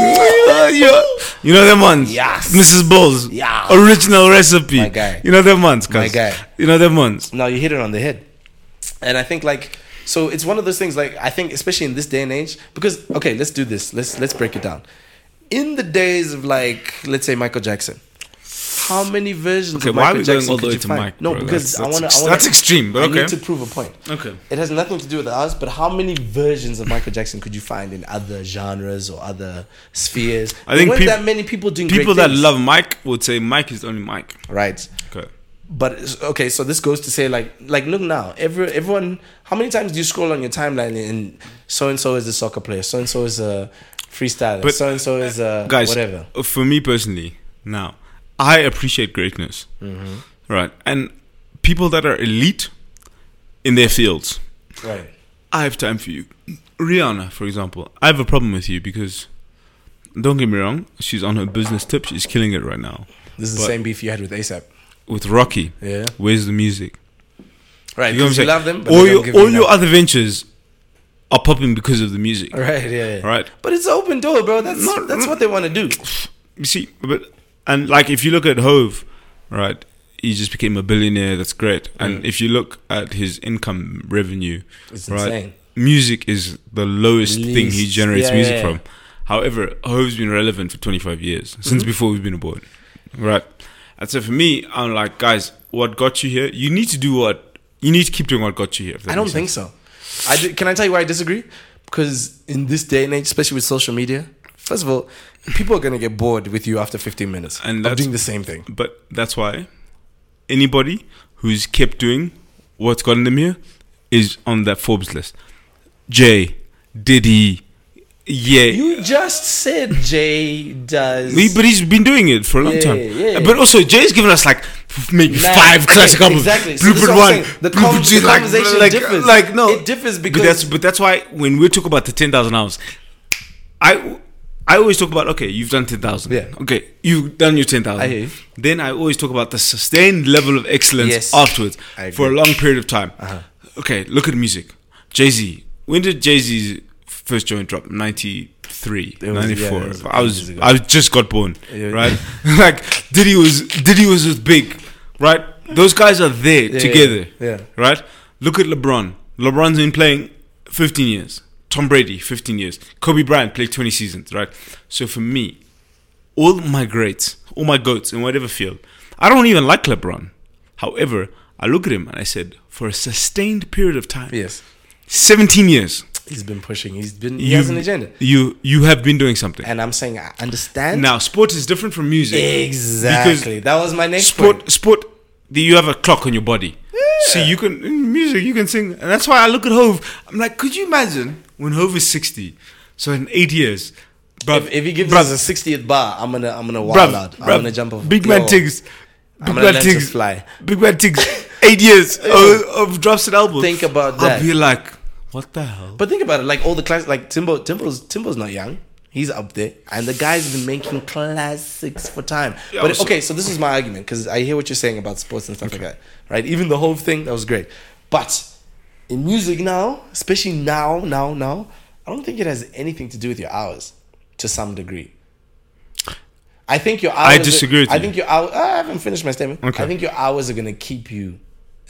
B: you you know them ones.
A: Yes.
B: Mrs. Ball's.
A: Yeah.
B: Original recipe.
A: My guy.
B: You know them ones, cuz.
A: My guy.
B: You know them ones.
A: no, you hit it on the head. And I think like so it's one of those things like I think especially in this day and age because okay, let's do this. Let's let's break it down. In the days of like let's say Michael Jackson, how many versions
B: Okay,
A: of
B: why are
A: Michael
B: we
A: Jackson
B: going all the
A: could
B: way
A: you
B: to
A: find?
B: Mike?
A: No,
B: bro?
A: because
B: That's-
A: I want to
B: that's ex- that's extreme, but
A: I
B: okay.
A: need to prove a point.
B: Okay.
A: It has nothing to do with us, but how many versions of Michael Jackson could you find in other genres or other spheres?
B: I think
A: there weren't
B: peop-
A: that many people doing
B: People
A: great
B: that
A: things.
B: love Mike would say Mike is the only Mike.
A: right.
B: Okay.
A: But okay, so this goes to say like like look now, every everyone, how many times do you scroll on your timeline and so and so is a soccer player, so and so is a freestyler,
B: But-
A: so and so is a
B: Guys,
A: whatever.
B: for me personally, now I appreciate greatness.
A: Mm-hmm.
B: Right. And people that are elite in their fields.
A: Right.
B: I have time for you. Rihanna, for example, I have a problem with you because don't get me wrong, she's on her business tip, she's killing it right now.
A: This is
B: But-
A: the same beef you had with ASAP.
B: With Rocky,
A: Yeah.
B: where's the music?
A: Right.
B: know what
A: 'cause
B: I'm
A: You,
B: saying?
A: love them, but
B: all
A: they don't
B: your
A: give
B: all
A: you
B: your other ventures are popping because of the music.
A: nothing. Right. Yeah. yeah.
B: Right.
A: But it's open door, bro. That's
B: Not-
A: that's what they want to do.
B: You see, but and like if you look at Hove, right, he just became a billionaire. That's great. And if you look at his income revenue,
A: Mm. It's
B: right?
A: insane.
B: Music is the lowest thing he
A: Least.
B: generates
A: Yeah,
B: music
A: yeah, yeah. Mm-hmm.
B: from. However, Hove's been relevant for 25 years since before we've been aboard, right? And so for me, I'm like, guys, what got you here? You need to do what you need to keep doing what got you here. if that
A: I don't
B: makes
A: think
B: sense.
A: so. I do, can I tell you why I disagree? Because in this day and age, especially with social media, first of all, people are going to get bored with you after 15 minutes
B: And
A: of
B: that's-
A: doing the same thing.
B: But that's why anybody who's kept doing what's gotten them here is on that Forbes list. Jay, Diddy, yeah.
A: You just said Jay does.
B: He- but he's been doing it for a long
A: Yeah,
B: time.
A: yeah.
B: But also, Jay's given us like f- maybe
A: Nine-
B: five classic
A: Yeah,
B: albums.
A: Exactly. So this is
B: Blueprint
A: what I'm
B: one,
A: saying. The,
B: Blueprint
A: com-
B: two,
A: the
B: like-
A: conversation
B: like,
A: differs.
B: Like no,
A: it differs because
B: but that's but that's why when we talk about the ten thousand hours, I I always talk about okay, you've done ten thousand.
A: Yeah.
B: Okay, you've done your ten thousand.
A: I hear you.
B: Then I always talk about the sustained level of excellence
A: Yes.
B: afterwards
A: I
B: for
A: agree.
B: a
A: Uh-huh.
B: long period of time. Okay, look at music. Jay Z. When did Jay Z's first joint drop? Ninety three.
A: It was- yeah,
B: 94.
A: it was
B: I was
A: ages ago.
B: I just got born,
A: Yeah.
B: right? like Diddy was Diddy was with Big, right? Those guys are there together,
A: yeah, yeah.
B: right? Look at LeBron. LeBron's been playing 15 years. Tom Brady 15 years. Kobe Bryant played 20 seasons, right? So for me, all my greats, all my goats in whatever field, I don't even like LeBron. However, I look at him and I said, for a sustained period of time,
A: yes,
B: 17 years,
A: he's been pushing. He's been. He
B: you-
A: has an agenda,
B: You you have been doing something.
A: and I'm saying I understand
B: Now, sport is different from music.
A: exactly.
B: Because
A: that was my next
B: sport,
A: point.
B: sport, the- you have a clock on your body. See, you can in music, you can sing, and that's why I look at Hove. I'm like, could you imagine when Hove is 60? So in eight years, bruv,
A: If, if he gives
B: bruv,
A: us a 60th bar, I'm gonna I'm gonna
B: bruv,
A: wild out. I'm
B: bruv,
A: gonna jump off.
B: Big man
A: Yo,
B: Tiggs, big
A: gonna
B: man
A: let you
B: Tiggs,
A: fly.
B: big man Tiggs. Eight years of, of drops an album.
A: Think about
B: I'll
A: that.
B: be like, What the hell?
A: But think about it, like all the class, like Timbo, Timbo's Timbo's not young. He's up there, and the guy's been making classics for time.
B: Yeah,
A: but
B: also-
A: okay, so this is my argument because I hear what you're saying about sports and stuff like that, right? Even the whole thing that was great, but in music now, especially now, now, now, I don't think it has anything to do with your hours to some degree. I think your hours.
B: I disagree with
A: I
B: you.
A: think your hours. I haven't finished my statement.
B: Okay.
A: I think your hours are gonna keep you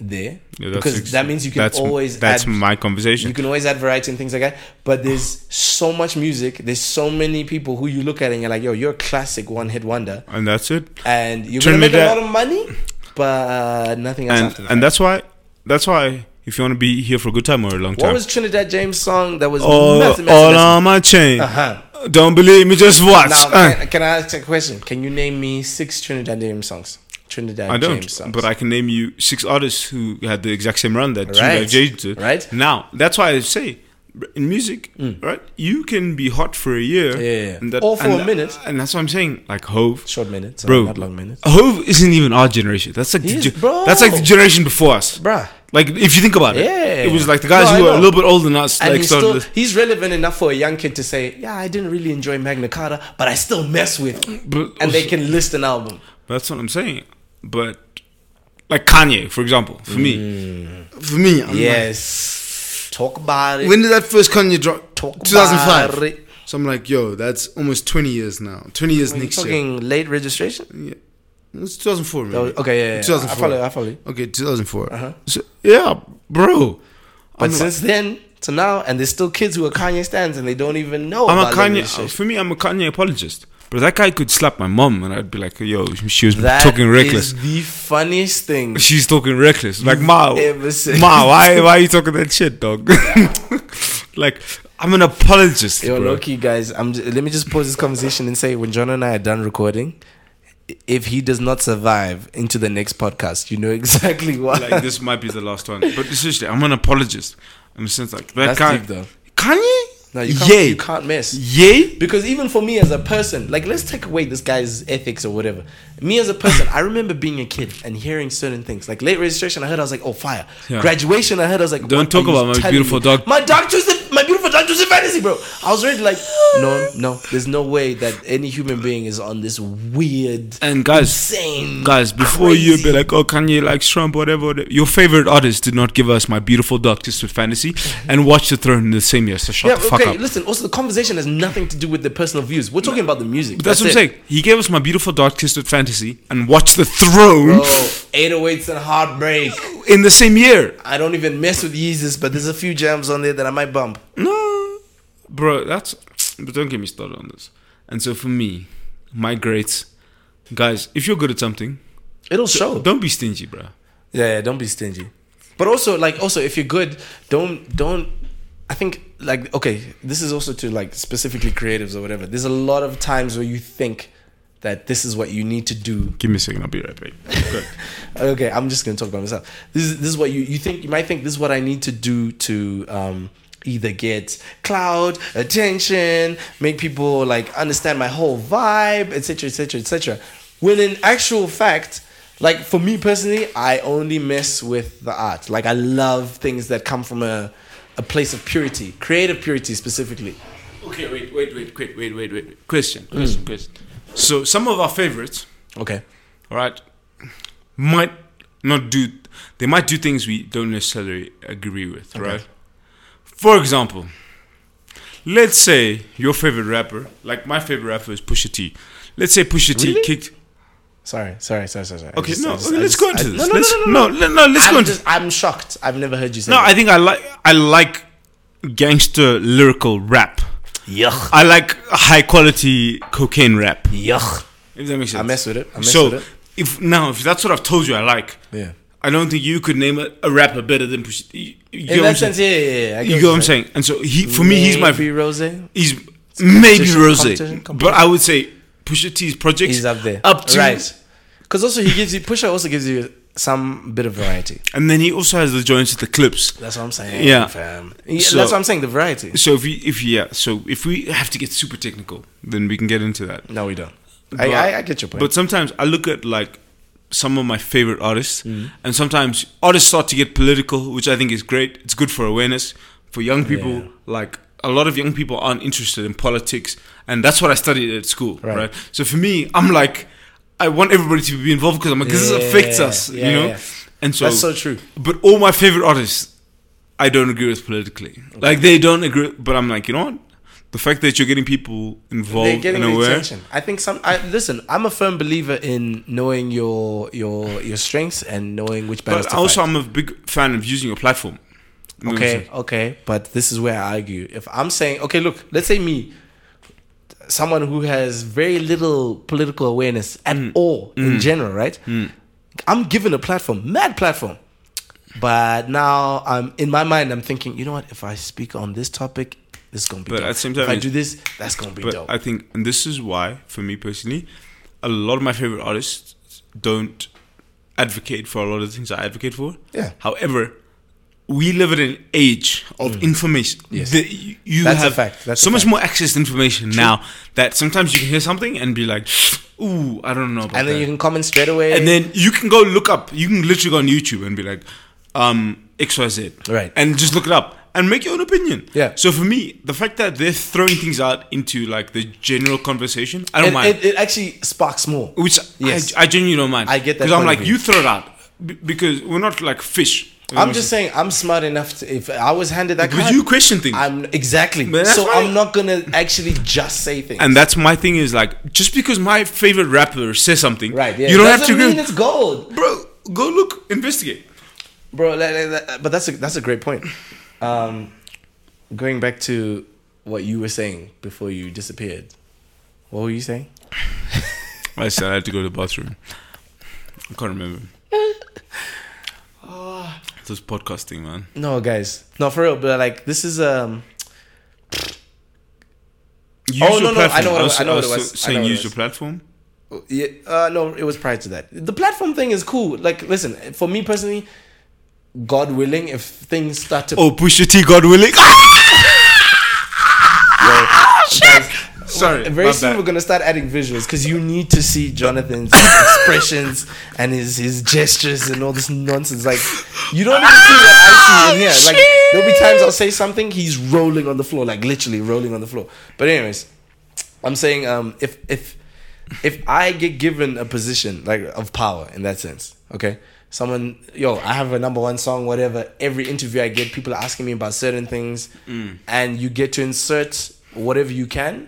A: there
B: Yeah, that's
A: because
B: ex-
A: that means you can
B: that's,
A: always
B: That's
A: add
B: my conversation.
A: you can always add variety and things like that. But there's so much music. There's so many people who you look at and you're like, yo, you're a classic one hit wonder,
B: and that's it.
A: and you're
B: Turn
A: gonna
B: me
A: make a
B: down.
A: lot of money, but uh, nothing else
B: And
A: after that.
B: and that's why that's why if you want to be here for a good time or a long
A: what
B: time.
A: was Trinidad James' song that was
B: all,
A: massive, massive,
B: all
A: massive?
B: on my chain.
A: Uh-huh.
B: Don't believe me, just watch.
A: Now,
B: Uh,
A: can, can I ask a question? Can you name me six Trinidad James songs? Trinidad
B: I don't,
A: James songs.
B: but I can name you six artists who had the exact same run that
A: Right.
B: Trinidad James did.
A: Right. Hmm.
B: Now, that's why I say in music, right, you can be hot for a year,
A: Yeah.
B: and that,
A: Or for
B: and
A: a minute.
B: and that's what I'm saying. Like Hove,
A: Short minutes,
B: Bro.
A: not long minutes.
B: Hove isn't even our generation. That's like the
A: He is-
B: ge-
A: bro.
B: that's like the generation before us.
A: Bruh.
B: Like if you think about it,
A: Yeah.
B: it was like the guys
A: No, I
B: who were
A: know.
B: a little bit older than us.
A: And
B: like
A: he's,
B: started
A: still,
B: this-
A: he's relevant enough for a young kid to say, Yeah, I didn't really enjoy Magna Carta, but I still mess with it.
B: But
A: And they
B: also-
A: can list an album.
B: That's what I'm saying. But like Kanye, for example, for me,
A: Mm.
B: for me, I'm
A: Yes. Mm-hmm. Talk about it.
C: When did that first Kanye drop?
A: Talk about
C: 2005.
A: it.
C: So I'm like, yo, that's almost 20 years now. 20 years
A: You're
C: next year.
A: talking late registration?
C: Yeah. It's 2004, man.
A: Oh, okay, yeah, yeah, yeah.
C: 2004.
A: I follow you, I follow you.
C: Okay, 2004.
A: Uh-huh.
C: So, yeah, bro.
A: But
C: I'm like-
A: since then to now, and there's still kids who are Kanye stands and they don't even know
B: I'm
A: about
B: a
A: late
B: Kanye.
A: registration.
B: For me, I'm a Kanye apologist. But that guy could slap my mom, and I'd be like, "Yo, she was
A: That
B: Oh, talking
A: is
B: reckless.
A: the funniest thing.
B: She's talking reckless. Like, ma,
A: ever said.
B: ma, why, why are you talking that shit, dog? like, I'm an apologist,
A: Yo,
B: bro.
A: low key, guys. I'm. Just, let me just pause this conversation and say, when John and I are done recording, i- if he does not survive into the next podcast, you know exactly why.
B: like, this might be the last one. But seriously, I'm an apologist. In the sense, like that
A: That's
B: guy,
A: deep though.
B: Kanye,
A: No, you can't,
B: Yay.
A: you can't mess.
B: yay.
A: Because even for me as a person, like let's take away this guy's ethics or whatever. Me as a person, I remember being a kid and hearing certain things. Like late registration, I heard I was like, "Oh, fire!"
B: Yeah.
A: Graduation, I heard I was like,
B: Don't
A: "What
B: talk
A: are you
B: about my
A: telling
B: beautiful
A: me?"
B: dog-
A: My dog Joseph, my beautiful dog Joseph fantasy, bro." I was already like, "No, no, there's no way that any human being is on this weird,
B: And guys,
A: insane."
B: Guys, before
A: crazy-
B: you be like, oh, Kanye likes Trump, whatever, whatever. Your favorite artist did not give us My Beautiful Dark Twisted Fantasy and Watch the Throne in the same year. So shut
A: yeah,
B: the fuck
A: okay.
B: up.
A: Listen, also the conversation has nothing to do with the personal views. We're talking about the music.
B: But that's, what
A: it.
B: I'm saying. He gave us My Beautiful Dark Twisted Fantasy and Watch the Throne
A: Bro, 808s and heartbreak.
B: in the same year.
A: I don't even mess with Yeezus, but there's a few jams on there that I might bump.
B: No, bro, that's. But don't get me started on this. And so for me, my grades, guys, if you're good at something,
A: It'll show.
B: don't be stingy, bro.
A: Yeah, yeah, don't be stingy. But also, like, also if you're good, don't don't. I think like okay, this is also to like specifically creatives or whatever. There's a lot of times where you think that this is what you need to do
B: Give me a second, I'll be right back. Good.
A: okay, I'm just gonna talk about myself. This is this is what you you think you might think this is what I need to do to um either get cloud attention, make people like understand my whole vibe, etc., etc., etc. When in actual fact. Like for me personally, I only mess with the art. Like I love things that come from a, a place of purity, creative purity specifically.
B: Okay, wait, wait, wait, wait, wait, wait, wait. wait. Question, question, question. Mm. So some of our favorites,
A: Okay.
B: all right, might not do. They might do things we don't necessarily agree with, right? For example, let's say your favorite rapper, like my favorite rapper is Pusha T. Let's say Pusha
A: Really?
B: T kicked.
A: Sorry, sorry, sorry, sorry, sorry. I
B: Okay,
A: just-
B: no,
A: I just-
B: okay,
A: I
B: let's
A: just-
B: go into
A: I-
B: this.
A: No, no,
B: let's,
A: no, no, no.
B: no, no, let's go
A: I'm,
B: into.
A: just, I'm shocked. I've never heard you say
B: No,
A: that.
B: I think I like I like gangster lyrical rap.
A: Yuck.
B: I like high quality cocaine rap.
A: Yuck.
B: If that makes sense.
A: I mess with it. I mess
B: so
A: with it.
B: if now if that's what I've told you, I like.
A: Yeah.
B: I don't think you could name a, a rapper better than Pusha. You, you
A: In
B: get what I'm
A: that
B: saying?
A: sense, yeah, yeah, yeah. I get
B: You get what I'm saying? And so he, for me, he's
A: Maybe
B: my
A: Rose.
B: he's maybe
A: competition,
B: Rose,
A: competition,
B: but I would say Pusha T's projects
A: He's up there.
B: up to
A: right. Because also he gives you Pusha also gives you some bit of variety.
B: and then he also has the joints with the clips.
A: That's what I'm saying.
B: Yeah.
A: fam. Yeah,
B: So-
A: that's what I'm saying. The variety.
B: So if we if yeah, so if we have to get super technical, then we can get into that.
A: No, we don't.
B: But-
A: I, I, I get your point.
B: But sometimes I look at like some of my
A: Mm.
B: favorite artists, and sometimes artists start to get political, which I think is great. It's good for awareness. for young people.
A: Yeah.
B: Like a lot of young people aren't interested in politics, and that's what I studied at school,
A: Right.
B: right? So for me, I'm like, I want everybody to be involved because I'm like, 'cause this affects
A: Yeah,
B: us,
A: yeah,
B: you know.
A: yeah.
B: And so,
A: That's so true.
B: but all my favorite artists, I don't agree with politically. Like they don't agree, but I'm like, you know what? The fact that you're getting people
A: They're
B: involved
A: getting
B: in a way,
A: attention. I think some. I, listen, I'm a firm believer in knowing your your your strengths and knowing which battles
B: but
A: to
B: also
A: fight.
B: I'm a big fan of using your platform. You know what I'm
A: okay,
B: saying?
A: okay. But this is where I argue. If I'm saying, okay, look, let's say me, someone who has very little political awareness at
B: Mm.
A: all in general, right? I'm given a platform, mad platform. But now I'm in my mind. I'm thinking, you know what? If I speak on this topic, this is gonna be.
B: But
A: dope.
B: at the same time,
A: if I
B: it's-
A: do this, that's gonna be
B: But
A: dope.
B: I think, and this is why, for me personally, a lot of my favorite artists don't advocate for a lot of the things I advocate for.
A: Yeah.
B: However, we live in an age of information.
A: Mm. Yes.
B: The- you- you
A: That's a
B: have
A: fact. That's
B: so
A: a
B: much
A: fact.
B: more access to information now that sometimes you can hear something and be like, "Ooh, I don't know." About
A: and then
B: that."
A: you can comment straight away.
B: and then you can go look up. You can literally go on YouTube and be like, um, X Y Z,
A: Right.
B: And just look it up and make your own opinion.
A: Yeah.
B: So for me, the fact that they're throwing things out into like the general conversation, I don't
A: it,
B: mind.
A: It, it actually sparks more.
B: which
A: Yes.
B: I, I genuinely don't mind.
A: I get that
B: because I'm
A: point of
B: like,
A: view.
B: you throw it out b- because we're not like fish. You know
A: I'm
B: what
A: just saying, I'm smart enough. To, if I was handed that,
B: Because
A: card,
B: you question things.
A: I'm exactly.
B: But that's
A: So
B: why-
A: I'm not gonna actually just say things.
B: And that's my thing is like just because my favorite rapper says something,
A: right? Yeah.
B: You don't have
A: Doesn't
B: to agree,
A: mean
B: with-
A: it's gold,
B: bro. Go look, investigate.
A: bro. like- like that- But that's a that's a great point. Um, going back to what you were saying before you disappeared. What were you saying?
B: I said I had to go to the bathroom. I can't remember.
A: Ah.
B: This podcasting, man.
A: No, guys, no, for real. But like, this is um.
B: Use
A: Oh, no, no, I know what it
B: was-
A: was- I know what it
B: was
A: was. I
B: saying
A: know what it
B: use
A: was.
B: your platform.
A: Yeah, uh, no, it was prior to that. The platform thing is cool. Like, listen, for me personally, God willing, if things start to
B: Oh, push your T, God willing. Sorry,
A: Very
B: my
A: soon
B: bad.
A: we're gonna start adding visuals because you need to see Jonathan's expressions and his his gestures and all this nonsense. Like you don't even see what I see in here. Like there'll be times I'll say something, he's rolling on the floor, like literally rolling on the floor. But anyways, I'm saying um if if if I get given a position like of power in that sense, okay. Someone, yo, I have a number one song, whatever. Every interview I get, people are asking me about certain things,
B: Mm.
A: and you get to insert whatever you can.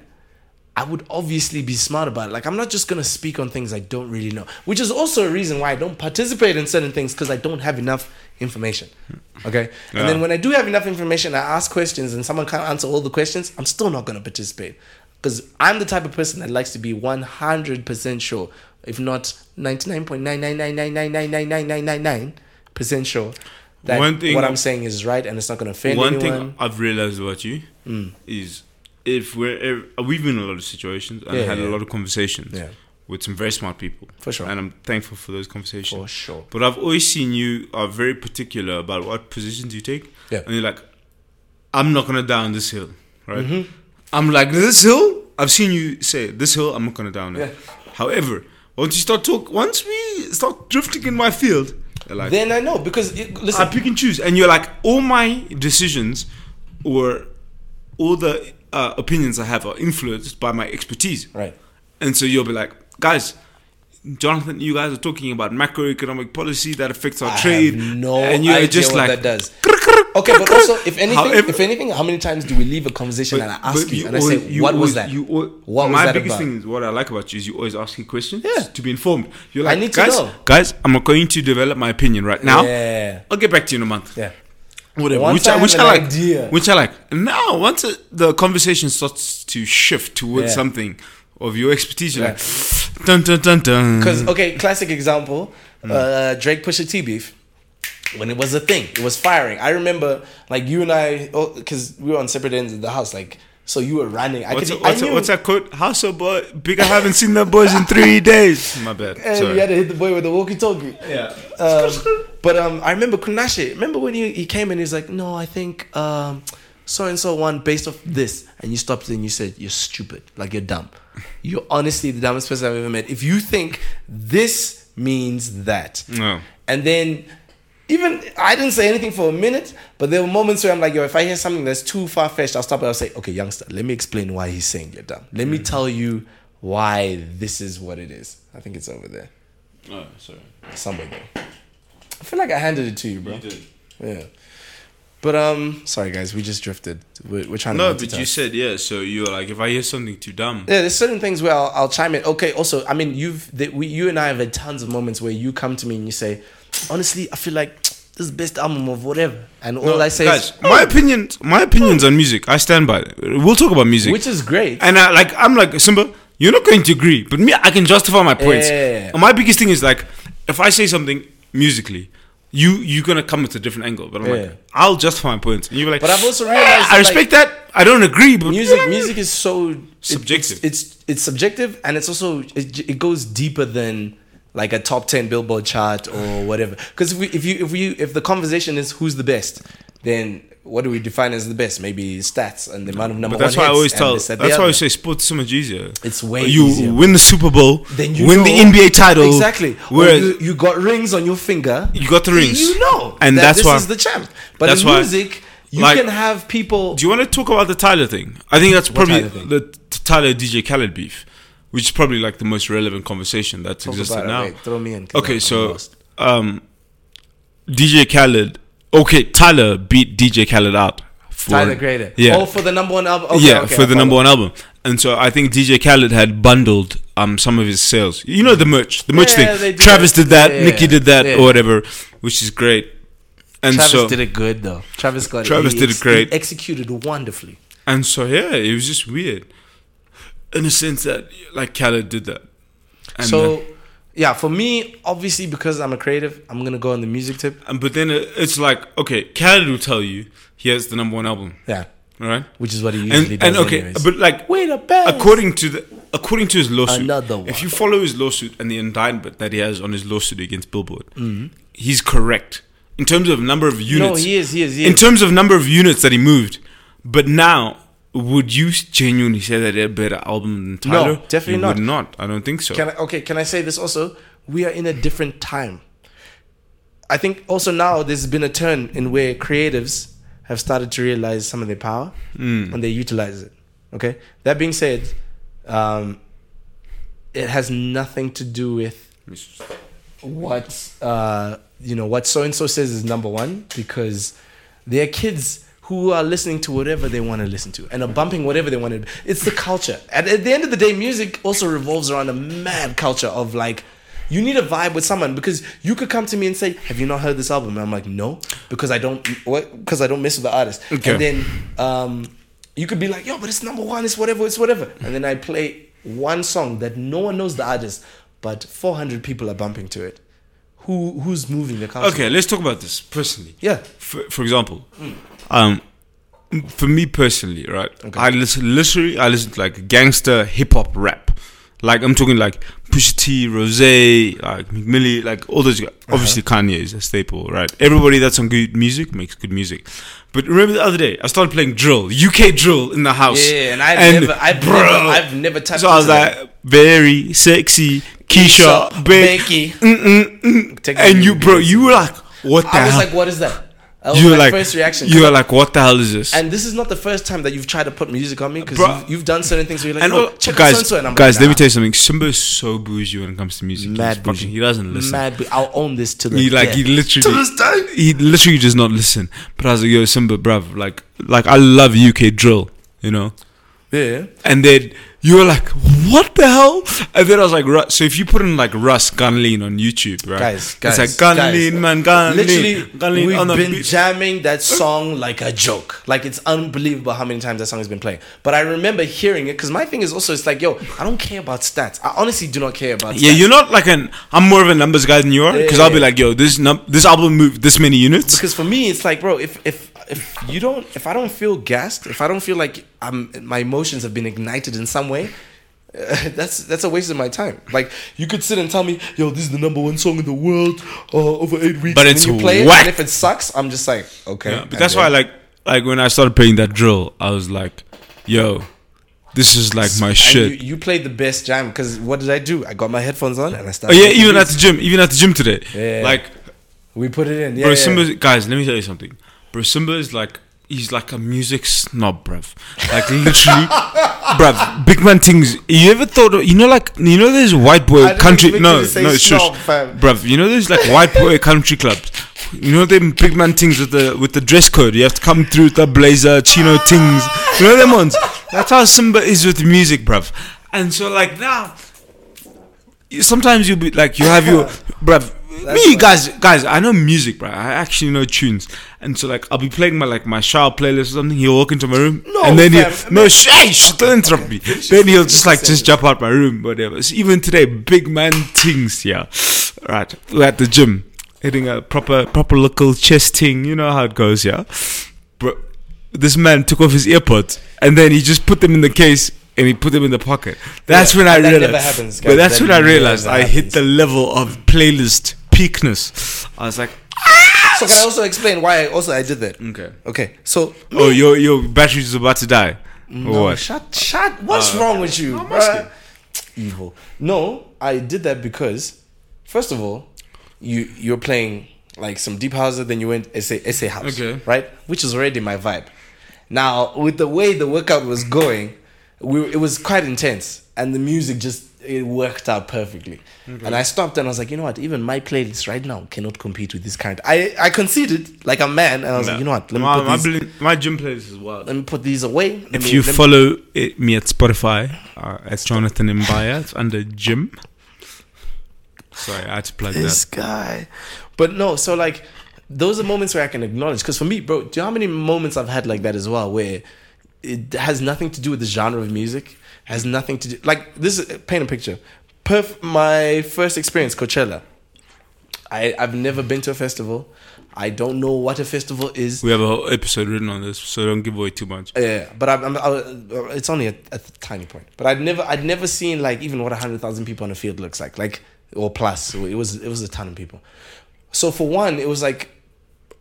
A: I would obviously be smart about it. Like, I'm not just gonna speak on things I don't really know, which is also a reason why I don't participate in certain things because I don't have enough information. Okay? And then
B: Yeah.
A: when I do have enough information, I ask questions and someone can't answer all the questions, I'm still not gonna participate because I'm the type of person that likes to be 100% sure, if not 99.99999999999% sure that
B: One thing-
A: what I'm saying is right and it's not gonna offend
B: One
A: anyone. Mm.
B: thing I've realized about you is if we're if, we've been in a lot of situations and
A: Yeah,
B: had
A: yeah.
B: a lot of conversations
A: Yeah.
B: with some very smart people,
A: For sure.
B: and I'm thankful for those conversations.
A: For sure.
B: But I've always seen you are very particular about what positions you take.
A: Yeah.
B: And you're like, I'm not gonna down this hill, right?
A: Mm-hmm.
B: I'm like this hill. I've seen you say this hill. I'm not gonna down it. However, once you start talk, once we start drifting in my field, you're like,
A: Then I know because it, listen,
B: I pick and choose, and you're like, all my decisions or all the uh, opinions I have are influenced by my expertise.
A: Right.
B: And so you'll be like, guys, Jonathan, you guys are talking about macroeconomic policy that affects our
A: I
B: trade,
A: have no
B: and you're
A: idea
B: just
A: what
B: like,
A: that does. Okay, but also, if anything,
B: However-
A: if anything, how many times do we leave a conversation
B: But-
A: and I ask
B: but
A: you, and I
B: always-
A: say,
B: you
A: "What was
B: always-
A: that?
B: You al-
A: what was
B: my
A: that
B: biggest
A: about?"
B: thing is what I like about you is you always ask me questions
A: Yeah.
B: to be informed. You're
A: I
B: like,
A: need to
B: guys,
A: know."
B: guys, I'm not going to develop my opinion right now.
A: Yeah.
B: I'll get back to you in a month.
A: Yeah.
B: Whatever.
A: Once
B: which
A: I
B: I, which
A: have
B: I
A: an
B: like.
A: idea.
B: Which I like. And now, once uh the conversation starts to shift towards
A: Yeah.
B: something of your expertise, you're
A: Yeah.
B: like, dun dun dun dun.
A: Because okay, classic example,
B: Hmm.
A: uh, Drake Pusha T beef. When it was a thing, it was firing. I remember, like you and I, because we were on separate ends of the house. Like, so you were running. I
B: What's,
A: could.
B: what's,
A: I knew,
B: what's that quote? How's so boy? Big, I haven't seen the boys in three days. My bad.
A: and
B: Sorry.
A: you had to hit the boy with the walkie-talkie.
B: yeah.
A: Um, but um, I remember Kunashi. Remember when he, he came and he was like, "No, I think um, so and so won based off this," and you stopped and you said, "You're stupid. Like you're dumb. You're honestly the dumbest person I've ever met. If you think this means that,
B: No.
A: and then." Even I didn't say anything for a minute, but there were moments where I'm like, yo, if I hear something that's too far fetched, I'll stop and I'll say, okay, youngster, let me explain why he's saying you're dumb. Let me tell you why this is what it is. I think it's over there.
B: Oh, sorry.
A: Somewhere there. I feel like I handed it to you, bro.
B: You did.
A: Yeah. But um, sorry guys, we just drifted. We're, we're trying to.
B: No, but
A: multitask.
B: you said yeah. So you were like, if I hear something too dumb,
A: Yeah, there's certain things where I'll, I'll chime in. Okay, also, I mean, you've that we, you and I have had tons of moments where you come to me and you say, honestly, I feel like this is the best album of whatever, and all I say
B: guys,
A: is,
B: my opinion, my opinions on music, I stand by. it. We'll talk about music,
A: which is great.
B: and I, like I'm like Simba, you're not going to agree, but me, I can justify my points.
A: Yeah.
B: And My biggest thing is like, if I say something musically, you you're gonna come with a different angle, but I'm
A: Yeah.
B: like, I'll justify my points, and you're like,
A: But I've also
B: "Ah,
A: realized that,
B: I respect that. I don't agree, but
A: music, music is so it-
B: Subjective.
A: it's, it's it's subjective, and it's also it, j- it goes deeper than like a top ten Billboard chart or whatever. Because if we if you if we if the conversation is who's the best, then what do we define as the best? Maybe stats and the amount of number.
B: But that's
A: one
B: why I
A: hits
B: always
A: and
B: tell.
A: this, that,
B: That's
A: the
B: why I
A: other.
B: always say sports is so much easier.
A: It's way
B: you
A: easier.
B: win the Super Bowl,
A: then you
B: win
A: know-
B: the NBA title.
A: Exactly. Or
B: Whereas
A: you, you got rings on your finger.
B: You got the rings.
A: You know,
B: And
A: that
B: that's
A: this
B: why-
A: is the champ. But
B: that's
A: in
B: why-
A: music, you
B: like-
A: can have people.
B: do you want to talk about the Tyler thing? I think that's
A: What
B: probably
A: Tyler thing?
B: the t- Tyler DJ Khaled beef, which is probably like the most relevant conversation that's
A: Talk
B: existed
A: about it.
B: now.
A: Oh, Wait, throw me in, 'cause I'm-
B: Okay,
A: I'm
B: so
A: lost.
B: um, DJ Khaled. Okay, Tyler beat DJ Khaled out. For,
A: Tyler Creator.
B: Yeah.
A: Oh, for the number one album. Okay,
B: yeah,
A: okay,
B: for
A: I
B: the number
A: follow.
B: one album. And so I think DJ Khaled had bundled um some of his sales. You know the merch, the merch
A: Yeah, they
B: thing.
A: did
B: Travis
A: it.
B: did that,
A: Yeah,
B: Nicki did that,
A: yeah.
B: or whatever, which is great. And
A: Travis
B: so
A: did it good though. Travis got
B: Travis
A: it. He
B: did it great.
A: he executed wonderfully.
B: and so yeah, it was just weird, in a sense that like Khaled did that. And
A: so,
B: then-
A: yeah, for me, obviously because I'm a creative, I'm gonna go on the music tip.
B: and but then it- it's like okay, Khaled will tell you he has the number one album,
A: Yeah,
B: all right?
A: which is what he usually
B: And,
A: does.
B: and okay,
A: anyways.
B: but like
A: We're the best.
B: According to the according to his lawsuit,
A: Another one.
B: if you follow his lawsuit and the indictment that he has on his lawsuit against Billboard, he's correct in terms of number of
A: Mm-hmm. no,
B: units.
A: he is, he is, he is.
B: in terms of number of units that he moved, but now. Would you genuinely say that they're a better album than
A: No,
B: Tyler?
A: definitely
B: You
A: not.
B: Would not. I don't think so.
A: Can I, okay, can I say this also? We are in a different time. I think also now there's been a turn in where creatives have started to realize some of their power and they utilize it. Okay. That being said, um, it has nothing to do with what uh, you know what so and so says is number one because they're kids who are listening to whatever they want to listen to and are bumping whatever they want to. It's the culture. At, at the end of the day, music also revolves around a mad culture of like. You need a vibe with someone because you could come to me and say, "Have you not heard this album?" And I'm like, "No," because I don't what because I don't mess with the artist.
B: Okay.
A: And then um, you could be like, "Yo, but it's number one. It's whatever. It's whatever." And then I play one song that no one knows the artist, but 400 people are bumping to it. Who who's moving the council?
B: Okay, let's talk about this personally.
A: Yeah. Hmm.
B: For, for example, um, for me personally, right? I listen literally. I listen to like gangster hip hop rap. Like I'm talking like Pusha T, Rose, like Millie, like all those. Guys.
A: Uh-huh.
B: Obviously, Kanye is a staple, right? Everybody that's on good music makes good music. But remember the other day, I started playing drill, UK drill, in the house.
A: Yeah, and I've never- I've never- I've never tapped
B: So I was
A: into
B: like,
A: that.
B: very sexy, Keisha,
A: Keisha,
B: Beck,
A: Becky.
B: mm, mm, mm.
A: Take the
B: and you,
A: lead.
B: bro, you were like, what the
A: I was
B: hell?
A: like, "What is that?" That was
B: you
A: my
B: were like,
A: first reaction.
B: You were like, what the hell is this?
A: and this is not the first time that you've tried to put music on me because
B: Bruh.
A: you've, you've done certain things where you're like,
B: And
A: "Yo,
B: all-
A: check out
B: guys,
A: so and I'm
B: guys,
A: like,
B: let me
A: "Nah."
B: tell you something. Simba is so bougie when it comes to music.
A: Mad
B: He's
A: bougie.
B: Fucking, he doesn't listen.
A: Mad, but I'll own this to the
B: He like he
A: death.
B: literally he literally does not listen. But I was like, yo, Simba, bruv, like like I love UK drill, you know.
A: yeah.
B: And then you were like, what the hell? And then I was like, right. So if you put in like Russ Gunlean on YouTube, right?
A: Guys, guys,
B: it's like Gunlean,
A: guys.
B: man, Gunlean,
A: Literally,
B: Gunlean
A: we've
B: on the
A: been
B: beat.
A: jamming that song like a joke. Like it's unbelievable how many times that song has been playing. But I remember hearing it because my thing is also it's like, yo, I don't care about stats. I honestly do not care about.
B: Yeah,
A: stats.
B: you're not like an. I'm more of a numbers guy than you are because I'll be
A: Yeah.
B: like, yo, this num- this album moved this many units.
A: because for me it's like, bro, if if if you don't, if I don't feel gassed, if I don't feel like I'm, my emotions have been ignited in some way. Uh, that's that's a waste of my time. Like you could sit and tell me, "Yo, this is the number one song in the world uh, over eight weeks,"
B: But
A: and
B: it's
A: then you play
B: whack.
A: it, and if it sucks, I'm just like, okay.
B: Yeah, but
A: and
B: that's
A: then-
B: why, like, like when I started playing that drill, I was like, yo, this is like my
A: And
B: shit.
A: you, you played the best jam because what did I do? I got my headphones on and I
B: Oh
A: started.
B: yeah,
A: making
B: even at
A: beats.
B: the gym, even at the gym today,
A: Yeah.
B: like.
A: We put it in. Yeah,
B: bro,
A: yeah.
B: Simba, guys, let me tell you something. Bro, Simba is like he's like a music snob, bruv. Like literally, bruv. Big man things. You ever thought? Of, you know, like you know, there's white
A: I
B: boy
A: didn't
B: country.
A: expect
B: No,
A: you to say
B: no, shush,
A: snob, fam.
B: bruv. You know, there's like white boy country clubs. You know them big man things with the with the dress code. You have to come through with the blazer, chino things. You know them ones. That's how Simba is with music, bruv. And so like now, sometimes you'll be like you have your bruv me guys guys i know music bruv. i actually know tunes and so like i'll be playing my like my shower playlist or something he'll walk into my room
A: No,
B: and then he'll
A: fam.
B: no shh don't interrupt me then he'll just like just jump out my room whatever so even today big man things yeah right we're at the gym hitting a proper proper local chest thing you know how it goes yeah bro this man took off his earpods and then he just put them in the case and he put them in the pocket. That's
A: Yeah,
B: when
A: that
B: I
A: never
B: realized.
A: happens,
B: but
A: guys.
B: that's
A: That
B: when I
A: never
B: realized I hit
A: happens.
B: the level of playlist peakness. I was like,
A: So can I also explain why I also I did that?
B: okay,
A: Okay. So
B: oh your your battery's about to die. or
A: Mm, No,
B: what? Uh,
A: Shut, shut. What's wrong with you?
B: I'm asking.
A: bruh? Evil. No, I did that because, first of all, you you're playing like some deep house, then you went SA SA house,
B: Okay.
A: right? Which is already my vibe. Now, with the way the workout was going, we it was quite intense, and the music just it worked out perfectly. And I stopped and I was like, you know what? Even my playlist right now cannot compete with this kind. I I conceded like a man, and I was like, you know what? Let me
B: my,
A: put
B: my,
A: these,
B: bl- my gym playlist is wild.
A: let me put these away. Let
B: If
A: me-
B: you
A: let me-
B: follow it, me at Spotify, uh, it's Jonathan Mbaya. It's under gym. Sorry, I had to plug
A: this
B: that.
A: guy. But no, so like those are moments where I can acknowledge. Because for me, bro, do you know how many moments I've had like that as well, where it has nothing to do with the genre of music, has nothing to do. Like this is paint a picture. Perf, my first experience Coachella. I I've never been to a festival. I don't know what a festival is.
B: We have a whole episode written on this, so don't give away too much.
A: Yeah, but I'm, I'm, i it's only a, a tiny point. But I'd never, I'd never seen like even what hundred thousand people on a field looks like, like or plus. It was, it was a ton of people. So for one, it was like,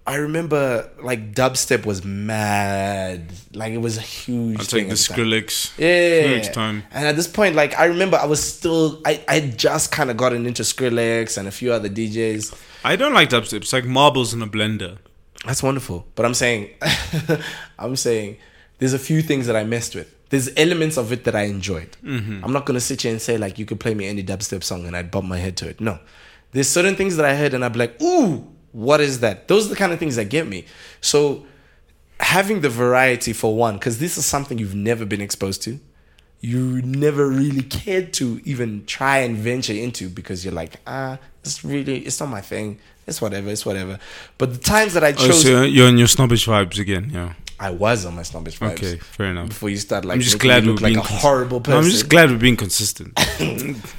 A: I remember like dubstep was mad, like it was a huge.
B: I'll
A: thing
B: take the
A: at time.
B: Skrillex.
A: Yeah.
B: Skrillex time.
A: And at this point, like I remember, I was still, I, I had just kind of gotten into Skrillex and a few other DJs.
B: I don't like dubstep. It's like marbles in a blender.
A: That's wonderful. But I'm saying, I'm saying, there's a few things that I messed with. There's elements of it that I enjoyed. I'm not gonna sit here and say like you could play me any dubstep song and I'd bump my head to it. No, there's certain things that I heard and I'd be like, ooh, what is that? Those are the kind of things that get me. So having the variety for one, because this is something you've never been exposed to. You never really cared to even try and venture into because you're like, ah, it's really, it's not my thing. It's whatever, it's whatever. But the times that I
B: Oh,
A: chose,
B: so you're in your snobbish vibes again, yeah.
A: I was on my snobbish vibes.
B: Okay, fair enough.
A: Before you start like,
B: I'm just
A: making
B: glad
A: me
B: we're
A: look like
B: being
A: a
B: cons-
A: horrible person.
B: No, I'm just glad we're being consistent.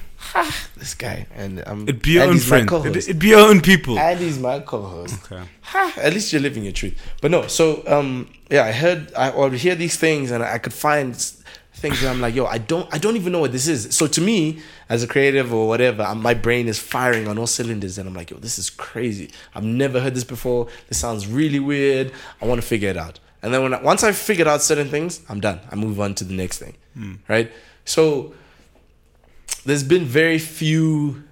A: this guy, and I'm.
B: It'd be your
A: and
B: own
A: he's my
B: friend. It'd,
A: co-host.
B: it'd be your own people.
A: And he's my co-host.
B: Okay.
A: Ha, at least you're living your truth. But no, so um, yeah, I heard I or hear these things, and I could find s- things where I'm like, yo, I don't, I don't even know what this is. So to me, as a creative or whatever, i my brain is firing on all cylinders, and I'm like, yo, this is crazy. I've never heard this before. This sounds really weird. I want to figure it out. And then when I, once I've figured out certain things, I'm done. I move on to the next thing, right? So there's been very few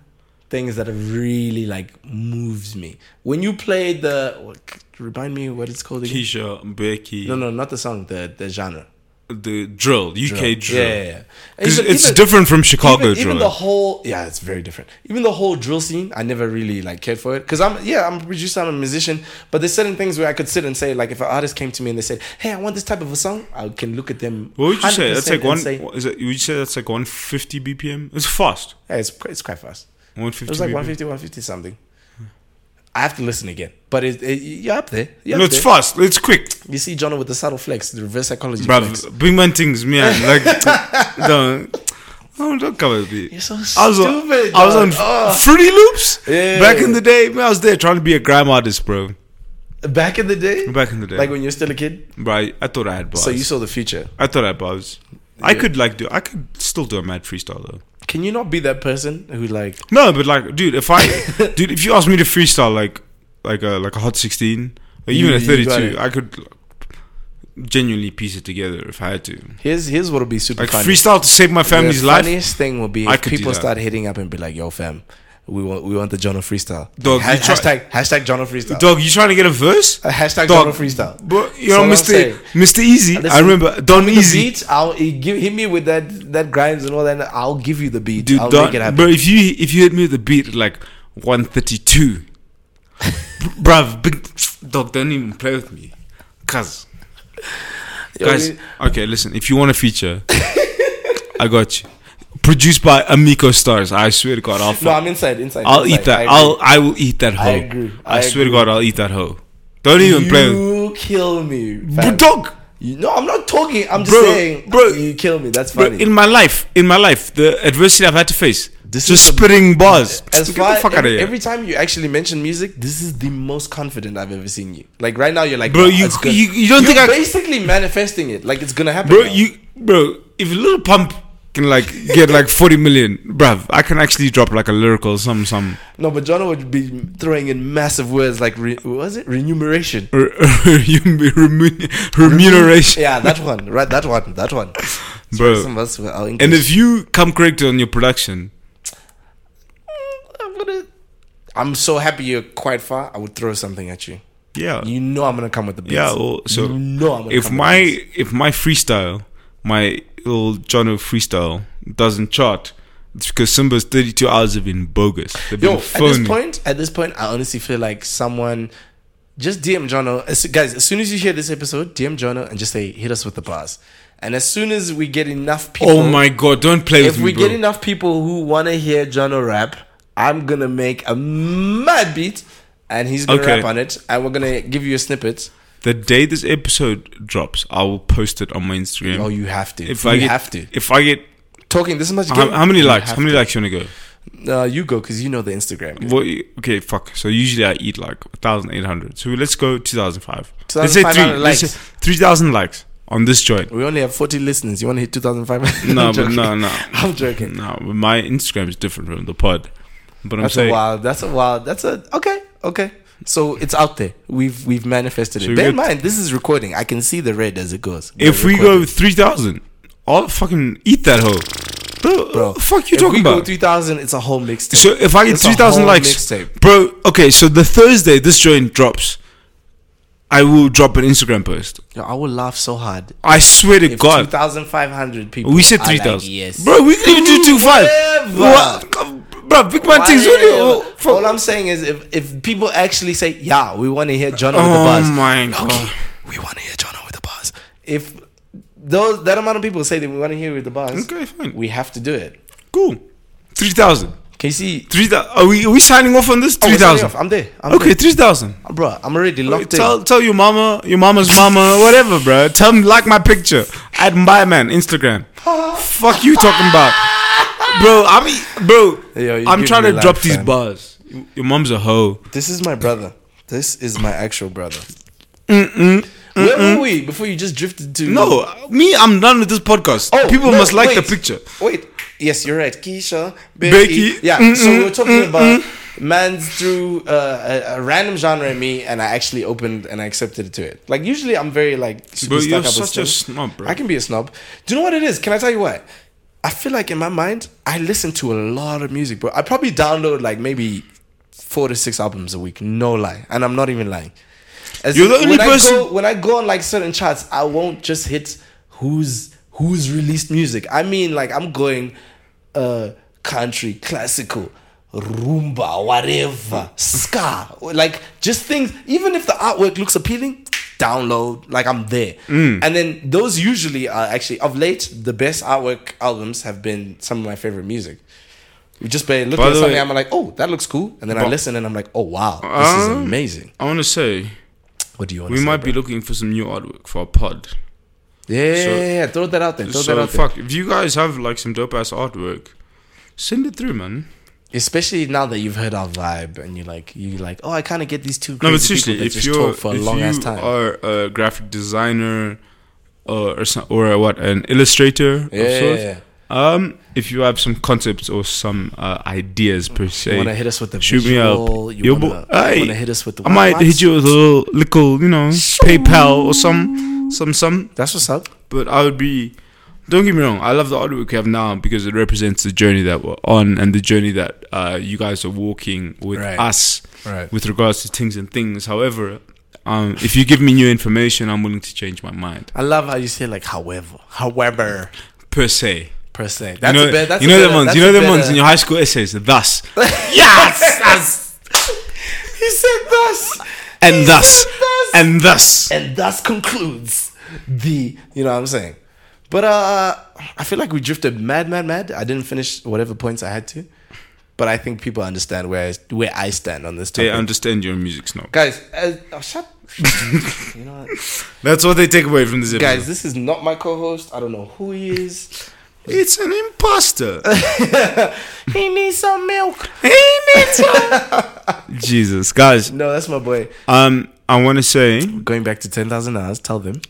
A: things that have really like moves me. When you play the what- remind me what it's called again?
B: Keisha, Mbeki,
A: No, no, not the song, the the genre.
B: the drill,
A: Yeah,
B: UK drill.
A: yeah, yeah. And
B: 'Cause
A: even-
B: it's
A: even-
B: different from Chicago
A: even,
B: drill.
A: even the whole yeah, it's very different. Even the whole drill scene, I never really like cared for it because I'm yeah, I'm a producer, I'm a musician, but there's certain things where I could sit and say like if an artist came to me and they said, hey, I want this type of a song, I can look at them.
B: what would you say? That's
A: 100%
B: like
A: and
B: one.
A: say,
B: what is it, would you say that's like 150 BPM? It's fast.
A: yeah, it's it's quite fast.
B: 150.
A: It was like
B: BPM.
A: 150, 150 something. I have to listen again, but it, it, you're up there. You're
B: No,
A: up
B: it's
A: there.
B: fast. It's quick,
A: You see, John with the subtle flex, the reverse psychology flex.
B: bruv. Big man things, man. Like, don't, no, don't cover me.
A: You're so
B: I was on,
A: stupid.
B: I was on
A: dog. Oh. Ugh.
B: Fruity Loops
A: Yeah.
B: back in the day. Man, I was there trying to be a grime artist, bro.
A: back in the day,
B: Back in the day,
A: like when you're still a kid.
B: bro, I, I thought I had bars.
A: So you saw the future.
B: I thought I had bars. I
A: Yeah.
B: could like do. I could still do a mad freestyle though.
A: Can you not be that person who like?
B: No, but like, dude, if I, dude, if you ask me to freestyle like, like a like a hot sixteen or
A: You-
B: even a
A: you got
B: thirty-two,
A: it.
B: I could genuinely piece it together if I had to.
A: Here's here's what will be super
B: Like
A: funny.
B: freestyle to save my family's
A: the
B: life.
A: funniest thing will be
B: I
A: if
B: could do
A: people
B: that.
A: start hitting up and be like, "Yo, fam, We want we want the John of freestyle.
B: Dog,
A: Ha-
B: you try-
A: hashtag hashtag John of freestyle.
B: Dog, you trying to get a verse?
A: Uh, hashtag
B: Dog.
A: John of freestyle.
B: But you
A: So
B: know,
A: what I'm
B: Mr.
A: saying-
B: Mr. Easy.
A: Listen,
B: I remember Don
A: give me the
B: Easy.
A: beat. I'll he give hit me with that that grinds and all that. and I'll give you the beat.
B: Dude,
A: I'll
B: Don,
A: make it happen.
B: bro, if you if you hit me with a beat at like 132, bruv, big, dog, don't even play with me, cuz
A: Yo,
B: guys.
A: we-
B: Okay, listen, if you want a feature, I got you. Produced by Amico Stars. I swear to God, I'll
A: no,
B: fuck-
A: I'm inside. Inside.
B: I'll
A: inside.
B: eat that.
A: I
B: I'll I will eat that hoe.
A: I agree.
B: I
A: I
B: swear to
A: agree.
B: God, I'll eat that hoe. Don't even
A: you
B: play. With,
A: kill me,
B: Bro,
A: fam.
B: dog.
A: You- no, I'm not talking. I'm just
B: Bro,
A: saying,
B: bro.
A: you kill me. That's
B: Bro,
A: funny.
B: in my life, in my life, the adversity I've had to face,
A: This
B: just
A: is the-
B: spitting bars.
A: as
B: Get
A: far
B: the fuck out of
A: every,
B: here,
A: every time you actually mention music, this is the most confident I've ever seen you. Like right now, you're like,
B: bro.
A: "Nah,
B: You,
A: it's good."
B: you you don't
A: You're
B: think I,
A: basically manifesting it. Like it's gonna happen,
B: bro?
A: now.
B: You bro, if Little Pump can like get like forty million, bruv, I can actually drop like a lyrical some some
A: no, but John would be throwing in massive words like re, what was it remuneration?
B: re- remun- remuneration,
A: Yeah, that one. Right, that one. That one. Some
B: bro.
A: of us were our
B: And
A: English.
B: if you come correct on your production,
A: I'm gonna, I'm so happy you're quite far. I would throw something at you.
B: yeah,
A: You know I'm gonna come with the beats.
B: yeah. Well, so
A: you know I'm gonna
B: if
A: come
B: my
A: with the beats.
B: if my freestyle, my little Jono freestyle doesn't chart, it's because Simba's thirty two hours have been bogus. They've
A: Yo,
B: been
A: at this
B: phony.
A: point, at this point, I honestly feel like someone just DM Jono. As, guys, as soon as you hear this episode, DM Jono and just say, hit us with the bars. And as soon as we get enough people,
B: oh my god, don't play
A: if
B: with
A: we
B: me, bro.
A: get enough people who want to hear Jono rap, I'm going to make a mad beat and he's going to
B: Okay.
A: rap on it. And we're going to give you a snippet.
B: The day this episode drops, I will post it on my Instagram.
A: Oh, you have to.
B: if
A: you
B: I get,
A: have to.
B: If I get
A: Talking this much.
B: how,
A: game,
B: how many
A: you
B: likes?
A: have
B: How many likes you wanna go?
A: to. Uh, you go because you know the Instagram.
B: What, okay, fuck. So usually I eat like thousand eight hundred. So let's go two thousand five. Let's say
A: 2,500
B: three. Let's
A: likes.
B: say three thousand likes on this joint.
A: We only have 40 listeners. You want to hit 2,500?
B: No,
A: I'm
B: but no,
A: joking.
B: no,
A: I'm joking.
B: no. but My Instagram is different from the pod. But I'm
A: That's a
B: saying
A: wild. That's a wild. That's a okay. Okay. So it's out there. We've we've manifested
B: So we
A: it. Bear in
B: get-
A: mind, this is recording. I can see the red as it goes.
B: if we go three thousand, I'll fucking eat that hoe. Bro,
A: Bro,
B: fuck you talking
A: we
B: about?
A: go three thousand, it's a whole mixtape.
B: So if I get
A: It's a
B: three thousand
A: whole
B: likes,
A: mixtape.
B: bro. Okay, so the Thursday this joint drops, I will drop an Instagram post.
A: Yo, I will laugh so hard.
B: I swear to
A: If two
B: God,
A: thousand five hundred people,
B: we said
A: are
B: three
A: like,
B: thousand.
A: yes,
B: bro. We can even do two five.
A: Whatever.
B: What? Come- Bro, big man things. What do you?
A: Whatever.
B: oh, fuck.
A: All I'm saying is, if, if people actually say, "Yeah, we want to hear John with the
B: Oh
A: bars,"
B: my
A: okay,
B: god.
A: we want to hear John with the bars. If those that amount of people say that we want to hear with the bars,
B: Okay, fine.
A: we have to do it.
B: Cool. Three thousand.
A: KC,
B: Three thousand. Are we? Are we signing off on this?
A: Oh,
B: Three
A: it's already off.
B: thousand.
A: I'm there. I'm
B: Okay, three thousand.
A: there. bro. I'm already locked
B: Tell
A: in.
B: tell your mama, your mama's mama, whatever, bro. Tell them like my picture at my man Instagram. Fuck you talking about, bro. I mean, bro.
A: Yo, you
B: I'm
A: give
B: trying
A: me
B: to drop
A: life,
B: these
A: fam.
B: bars. Your mom's a hoe.
A: This is my brother. This is my actual brother. Where were we before you just drifted to?
B: No, me. I'm done with this podcast. People
A: Oh, no,
B: must like the
A: wait.
B: picture.
A: Wait. Yes, you're right. Keisha,
B: Becky. Mm,
A: Becky. Yeah. so
B: Mm-mm,
A: we were talking about
B: mm.
A: man's through uh, a, a random genre at me, and I actually opened and I accepted it to it. Like usually, I'm very like super
B: Bro,
A: stuck
B: you're
A: up with
B: such a
A: stuff.
B: snob, bro.
A: I can be a snob. Do you know what it is? Can I tell you what? I feel like in my mind, I listen to a lot of music, bro. I probably download like maybe four to six albums a week. No lie, and I'm not even lying. As
B: You're the only
A: when I
B: person-
A: go- when I go on like certain charts, I won't just hit who's who's released music. I mean, like I'm going uh country, classical, rumba, whatever, ska, like just things. Even if the artwork looks appealing, download. Like I'm there.
B: Mm.
A: And then those usually are actually of late the best artwork albums have been some of my favorite music. You just by looking
B: By
A: at
B: the
A: something,
B: way-
A: I'm like, oh, that looks cool, and then I
B: But-
A: listen and I'm like, oh wow, this is
B: Um,
A: amazing.
B: I want to say
A: What do you want?
B: we might be looking for some new artwork for our pod.
A: Yeah,
B: So-
A: yeah, yeah, throw that out there. Throw that
B: So
A: out there.
B: fuck. If you guys have like some dope ass artwork, send it through, man.
A: Especially now that you've heard our vibe and you're like, you like, oh, I kind of get these two.
B: No,
A: crazy
B: but seriously,
A: people that
B: if
A: just
B: you're
A: talk for a
B: if
A: long
B: you
A: ass time,
B: are a graphic designer uh, or or, some, or a what an illustrator
A: yeah,
B: of
A: yeah,
B: sorts,
A: yeah.
B: um, if you have some concepts or some uh, ideas per
A: you want to
B: se,
A: hit us with the
B: shoot me up.
A: visual, You
B: Yo,
A: want
B: bo- aye.
A: to hit us with the.
B: I might hit
A: what's-
B: you with a little, little you know PayPal or some some some.
A: That's what's up.
B: But I would be Don't get me wrong. I love the artwork we have now because it represents the journey that we're on and the journey that uh, you guys are walking with
A: Right.
B: us
A: Right.
B: with regards to things and things. However, um, if you give me new information, I'm willing to change my mind
A: I love how you say like however, however
B: per se.
A: per se. That's
B: you know,
A: a better. That's
B: you know
A: a
B: them
A: better-
B: ones.
A: that's
B: You know
A: a
B: them ones
A: better-
B: in your high school essays. Thus
A: yes, he said thus,
B: and
A: He
B: thus
A: said thus.
B: and thus.
A: and thus concludes the. You know what I'm saying? But uh, I feel like we drifted mad, mad, mad. I didn't finish whatever points I had to, but I think people understand where I, where I stand on this
B: They
A: topic.
B: understand your music snob.
A: guys, uh, oh, shut. you know, what?
C: That's what they take away from this episode.
A: guys, this is not my co-host. I don't know who he is.
C: It's an imposter.
A: he needs some milk.
B: Jesus, guys.
A: No, that's my boy.
B: Um, I want to say,
A: Going back to ten thousand hours. Tell them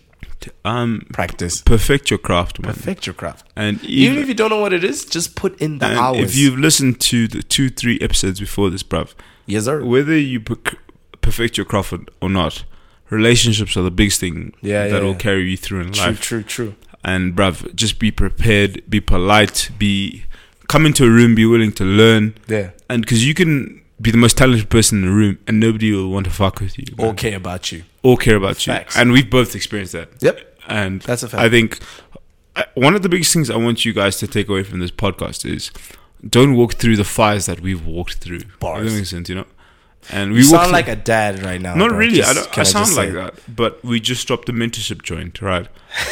B: um,
A: practice.
B: perfect your craft, man.
A: Perfect your craft.
B: And
A: Even,
B: even,
A: if you don't know what it is, just put in the
B: and
A: hours.
B: if you've listened to the two, three episodes before this, bruv,
A: yes, sir.
B: whether you per- perfect your craft or- or not, relationships are the biggest thing
A: Yeah, yeah,
B: that will
A: yeah.
B: carry you through in
A: True,
B: life.
A: true, true.
B: And bruv, just be prepared, be polite, be come into a room, be willing to learn,
A: Yeah.
B: and because you can be the most talented person in the room, and nobody will want to fuck with you man,
A: Okay about you.
B: or care about
A: Facts.
B: you. And we've both experienced that.
A: Yep.
B: And
A: That's a fact.
B: I think I- one of the biggest things I want you guys to take away from this podcast is don't walk through the fires that we've walked through.
A: Bars.
B: If that makes sense, you know. And we
A: You
B: walked
A: sound
B: through-
A: like a dad right now.
B: not
A: bro.
B: really.
A: Just-
B: I don't.
A: can
B: I
A: just
B: sound like
A: say-
B: that, but we just dropped the mentorship joint, right?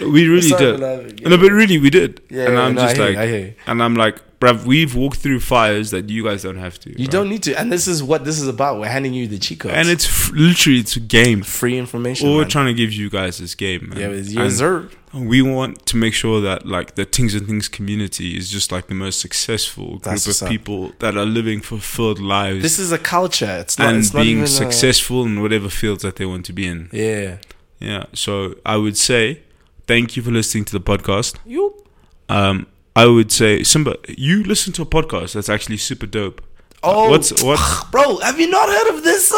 B: We really
A: Sorry
B: did.
A: for laughing, yeah.
B: No, but really, we did.
A: Yeah,
B: and
A: yeah,
B: I'm
A: no, I
B: just
A: hear you,
B: like,
A: I hear you.
B: and I'm like, bruv, we've walked through fires that you guys don't have to.
A: You don't need to. And this is what this is about. We're handing you the cheat codes.
B: And it's f- literally it's a game.
A: free information.
B: All we're
A: man.
B: trying to give you guys is game, man.
A: yeah, it's
B: And-
A: yes, sir.
B: we want to make sure that like the Things and Things community is just like the most successful group
A: That's what's
B: of
A: up.
B: people that are living fulfilled lives
A: This is a culture. It's not,
B: and
A: it's not
B: being
A: even a-
B: successful in whatever fields that they want to be in.
A: yeah.
B: Yeah. So I would say thank you for listening to the podcast.
A: You.
B: Um, I would say Simba, you listen to a podcast that's actually super dope. Uh,
A: Oh,
B: what's what,
A: bro, have you not heard of this? Uh,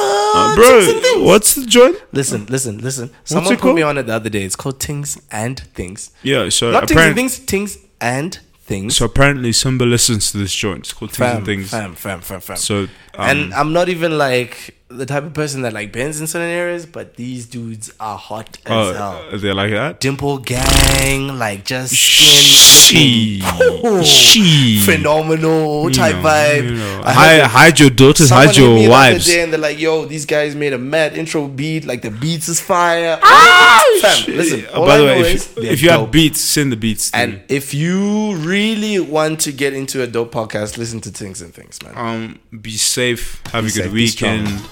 A: Things
B: uh,
A: and
B: bro?
A: Things?
B: What's the joint?
A: Listen, listen, listen. Someone
B: it
A: put
B: called? Uh,
A: me on it the other day. It's called Things and Things.
B: Yeah. So
A: Not Things and
B: apparently,
A: Things, Things and Things.
B: so apparently Simba listens to this joint. It's called Things
A: fam,
B: and Things.
A: fam, fam, fam, fam.
B: So um,
A: and I'm not even like the type of person that like bends in certain areas, but these dudes are hot
B: oh,
A: as hell.
B: they're like that.
A: Dimple gang, like just
B: she,
A: skin Oh,
B: she,
A: phenomenal
B: You
A: type
B: know,
A: vibe.
B: you know.
A: I
B: Hide,
A: heard
B: hide your daughters,
A: someone
B: hide
A: hit me
B: your
A: the other
B: wives.
A: day and they're like, "Yo, these guys made a mad intro beat. Like the beats is fire." Ah,
B: Shit.
A: Fam, listen.
B: Uh,
A: all
B: by
A: I
B: the
A: know
B: way,
A: is
B: if,
A: they're
B: if you have
A: dope.
B: beats, send the beats. to me.
A: and if you really want to get into a dope podcast, listen to Things and Things, man.
B: um, be safe. Have a
A: Be
B: good
A: safe, be strong.
B: weekend,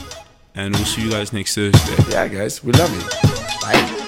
B: and we'll see you guys next Thursday.
A: Yeah, guys, we love you. Bye.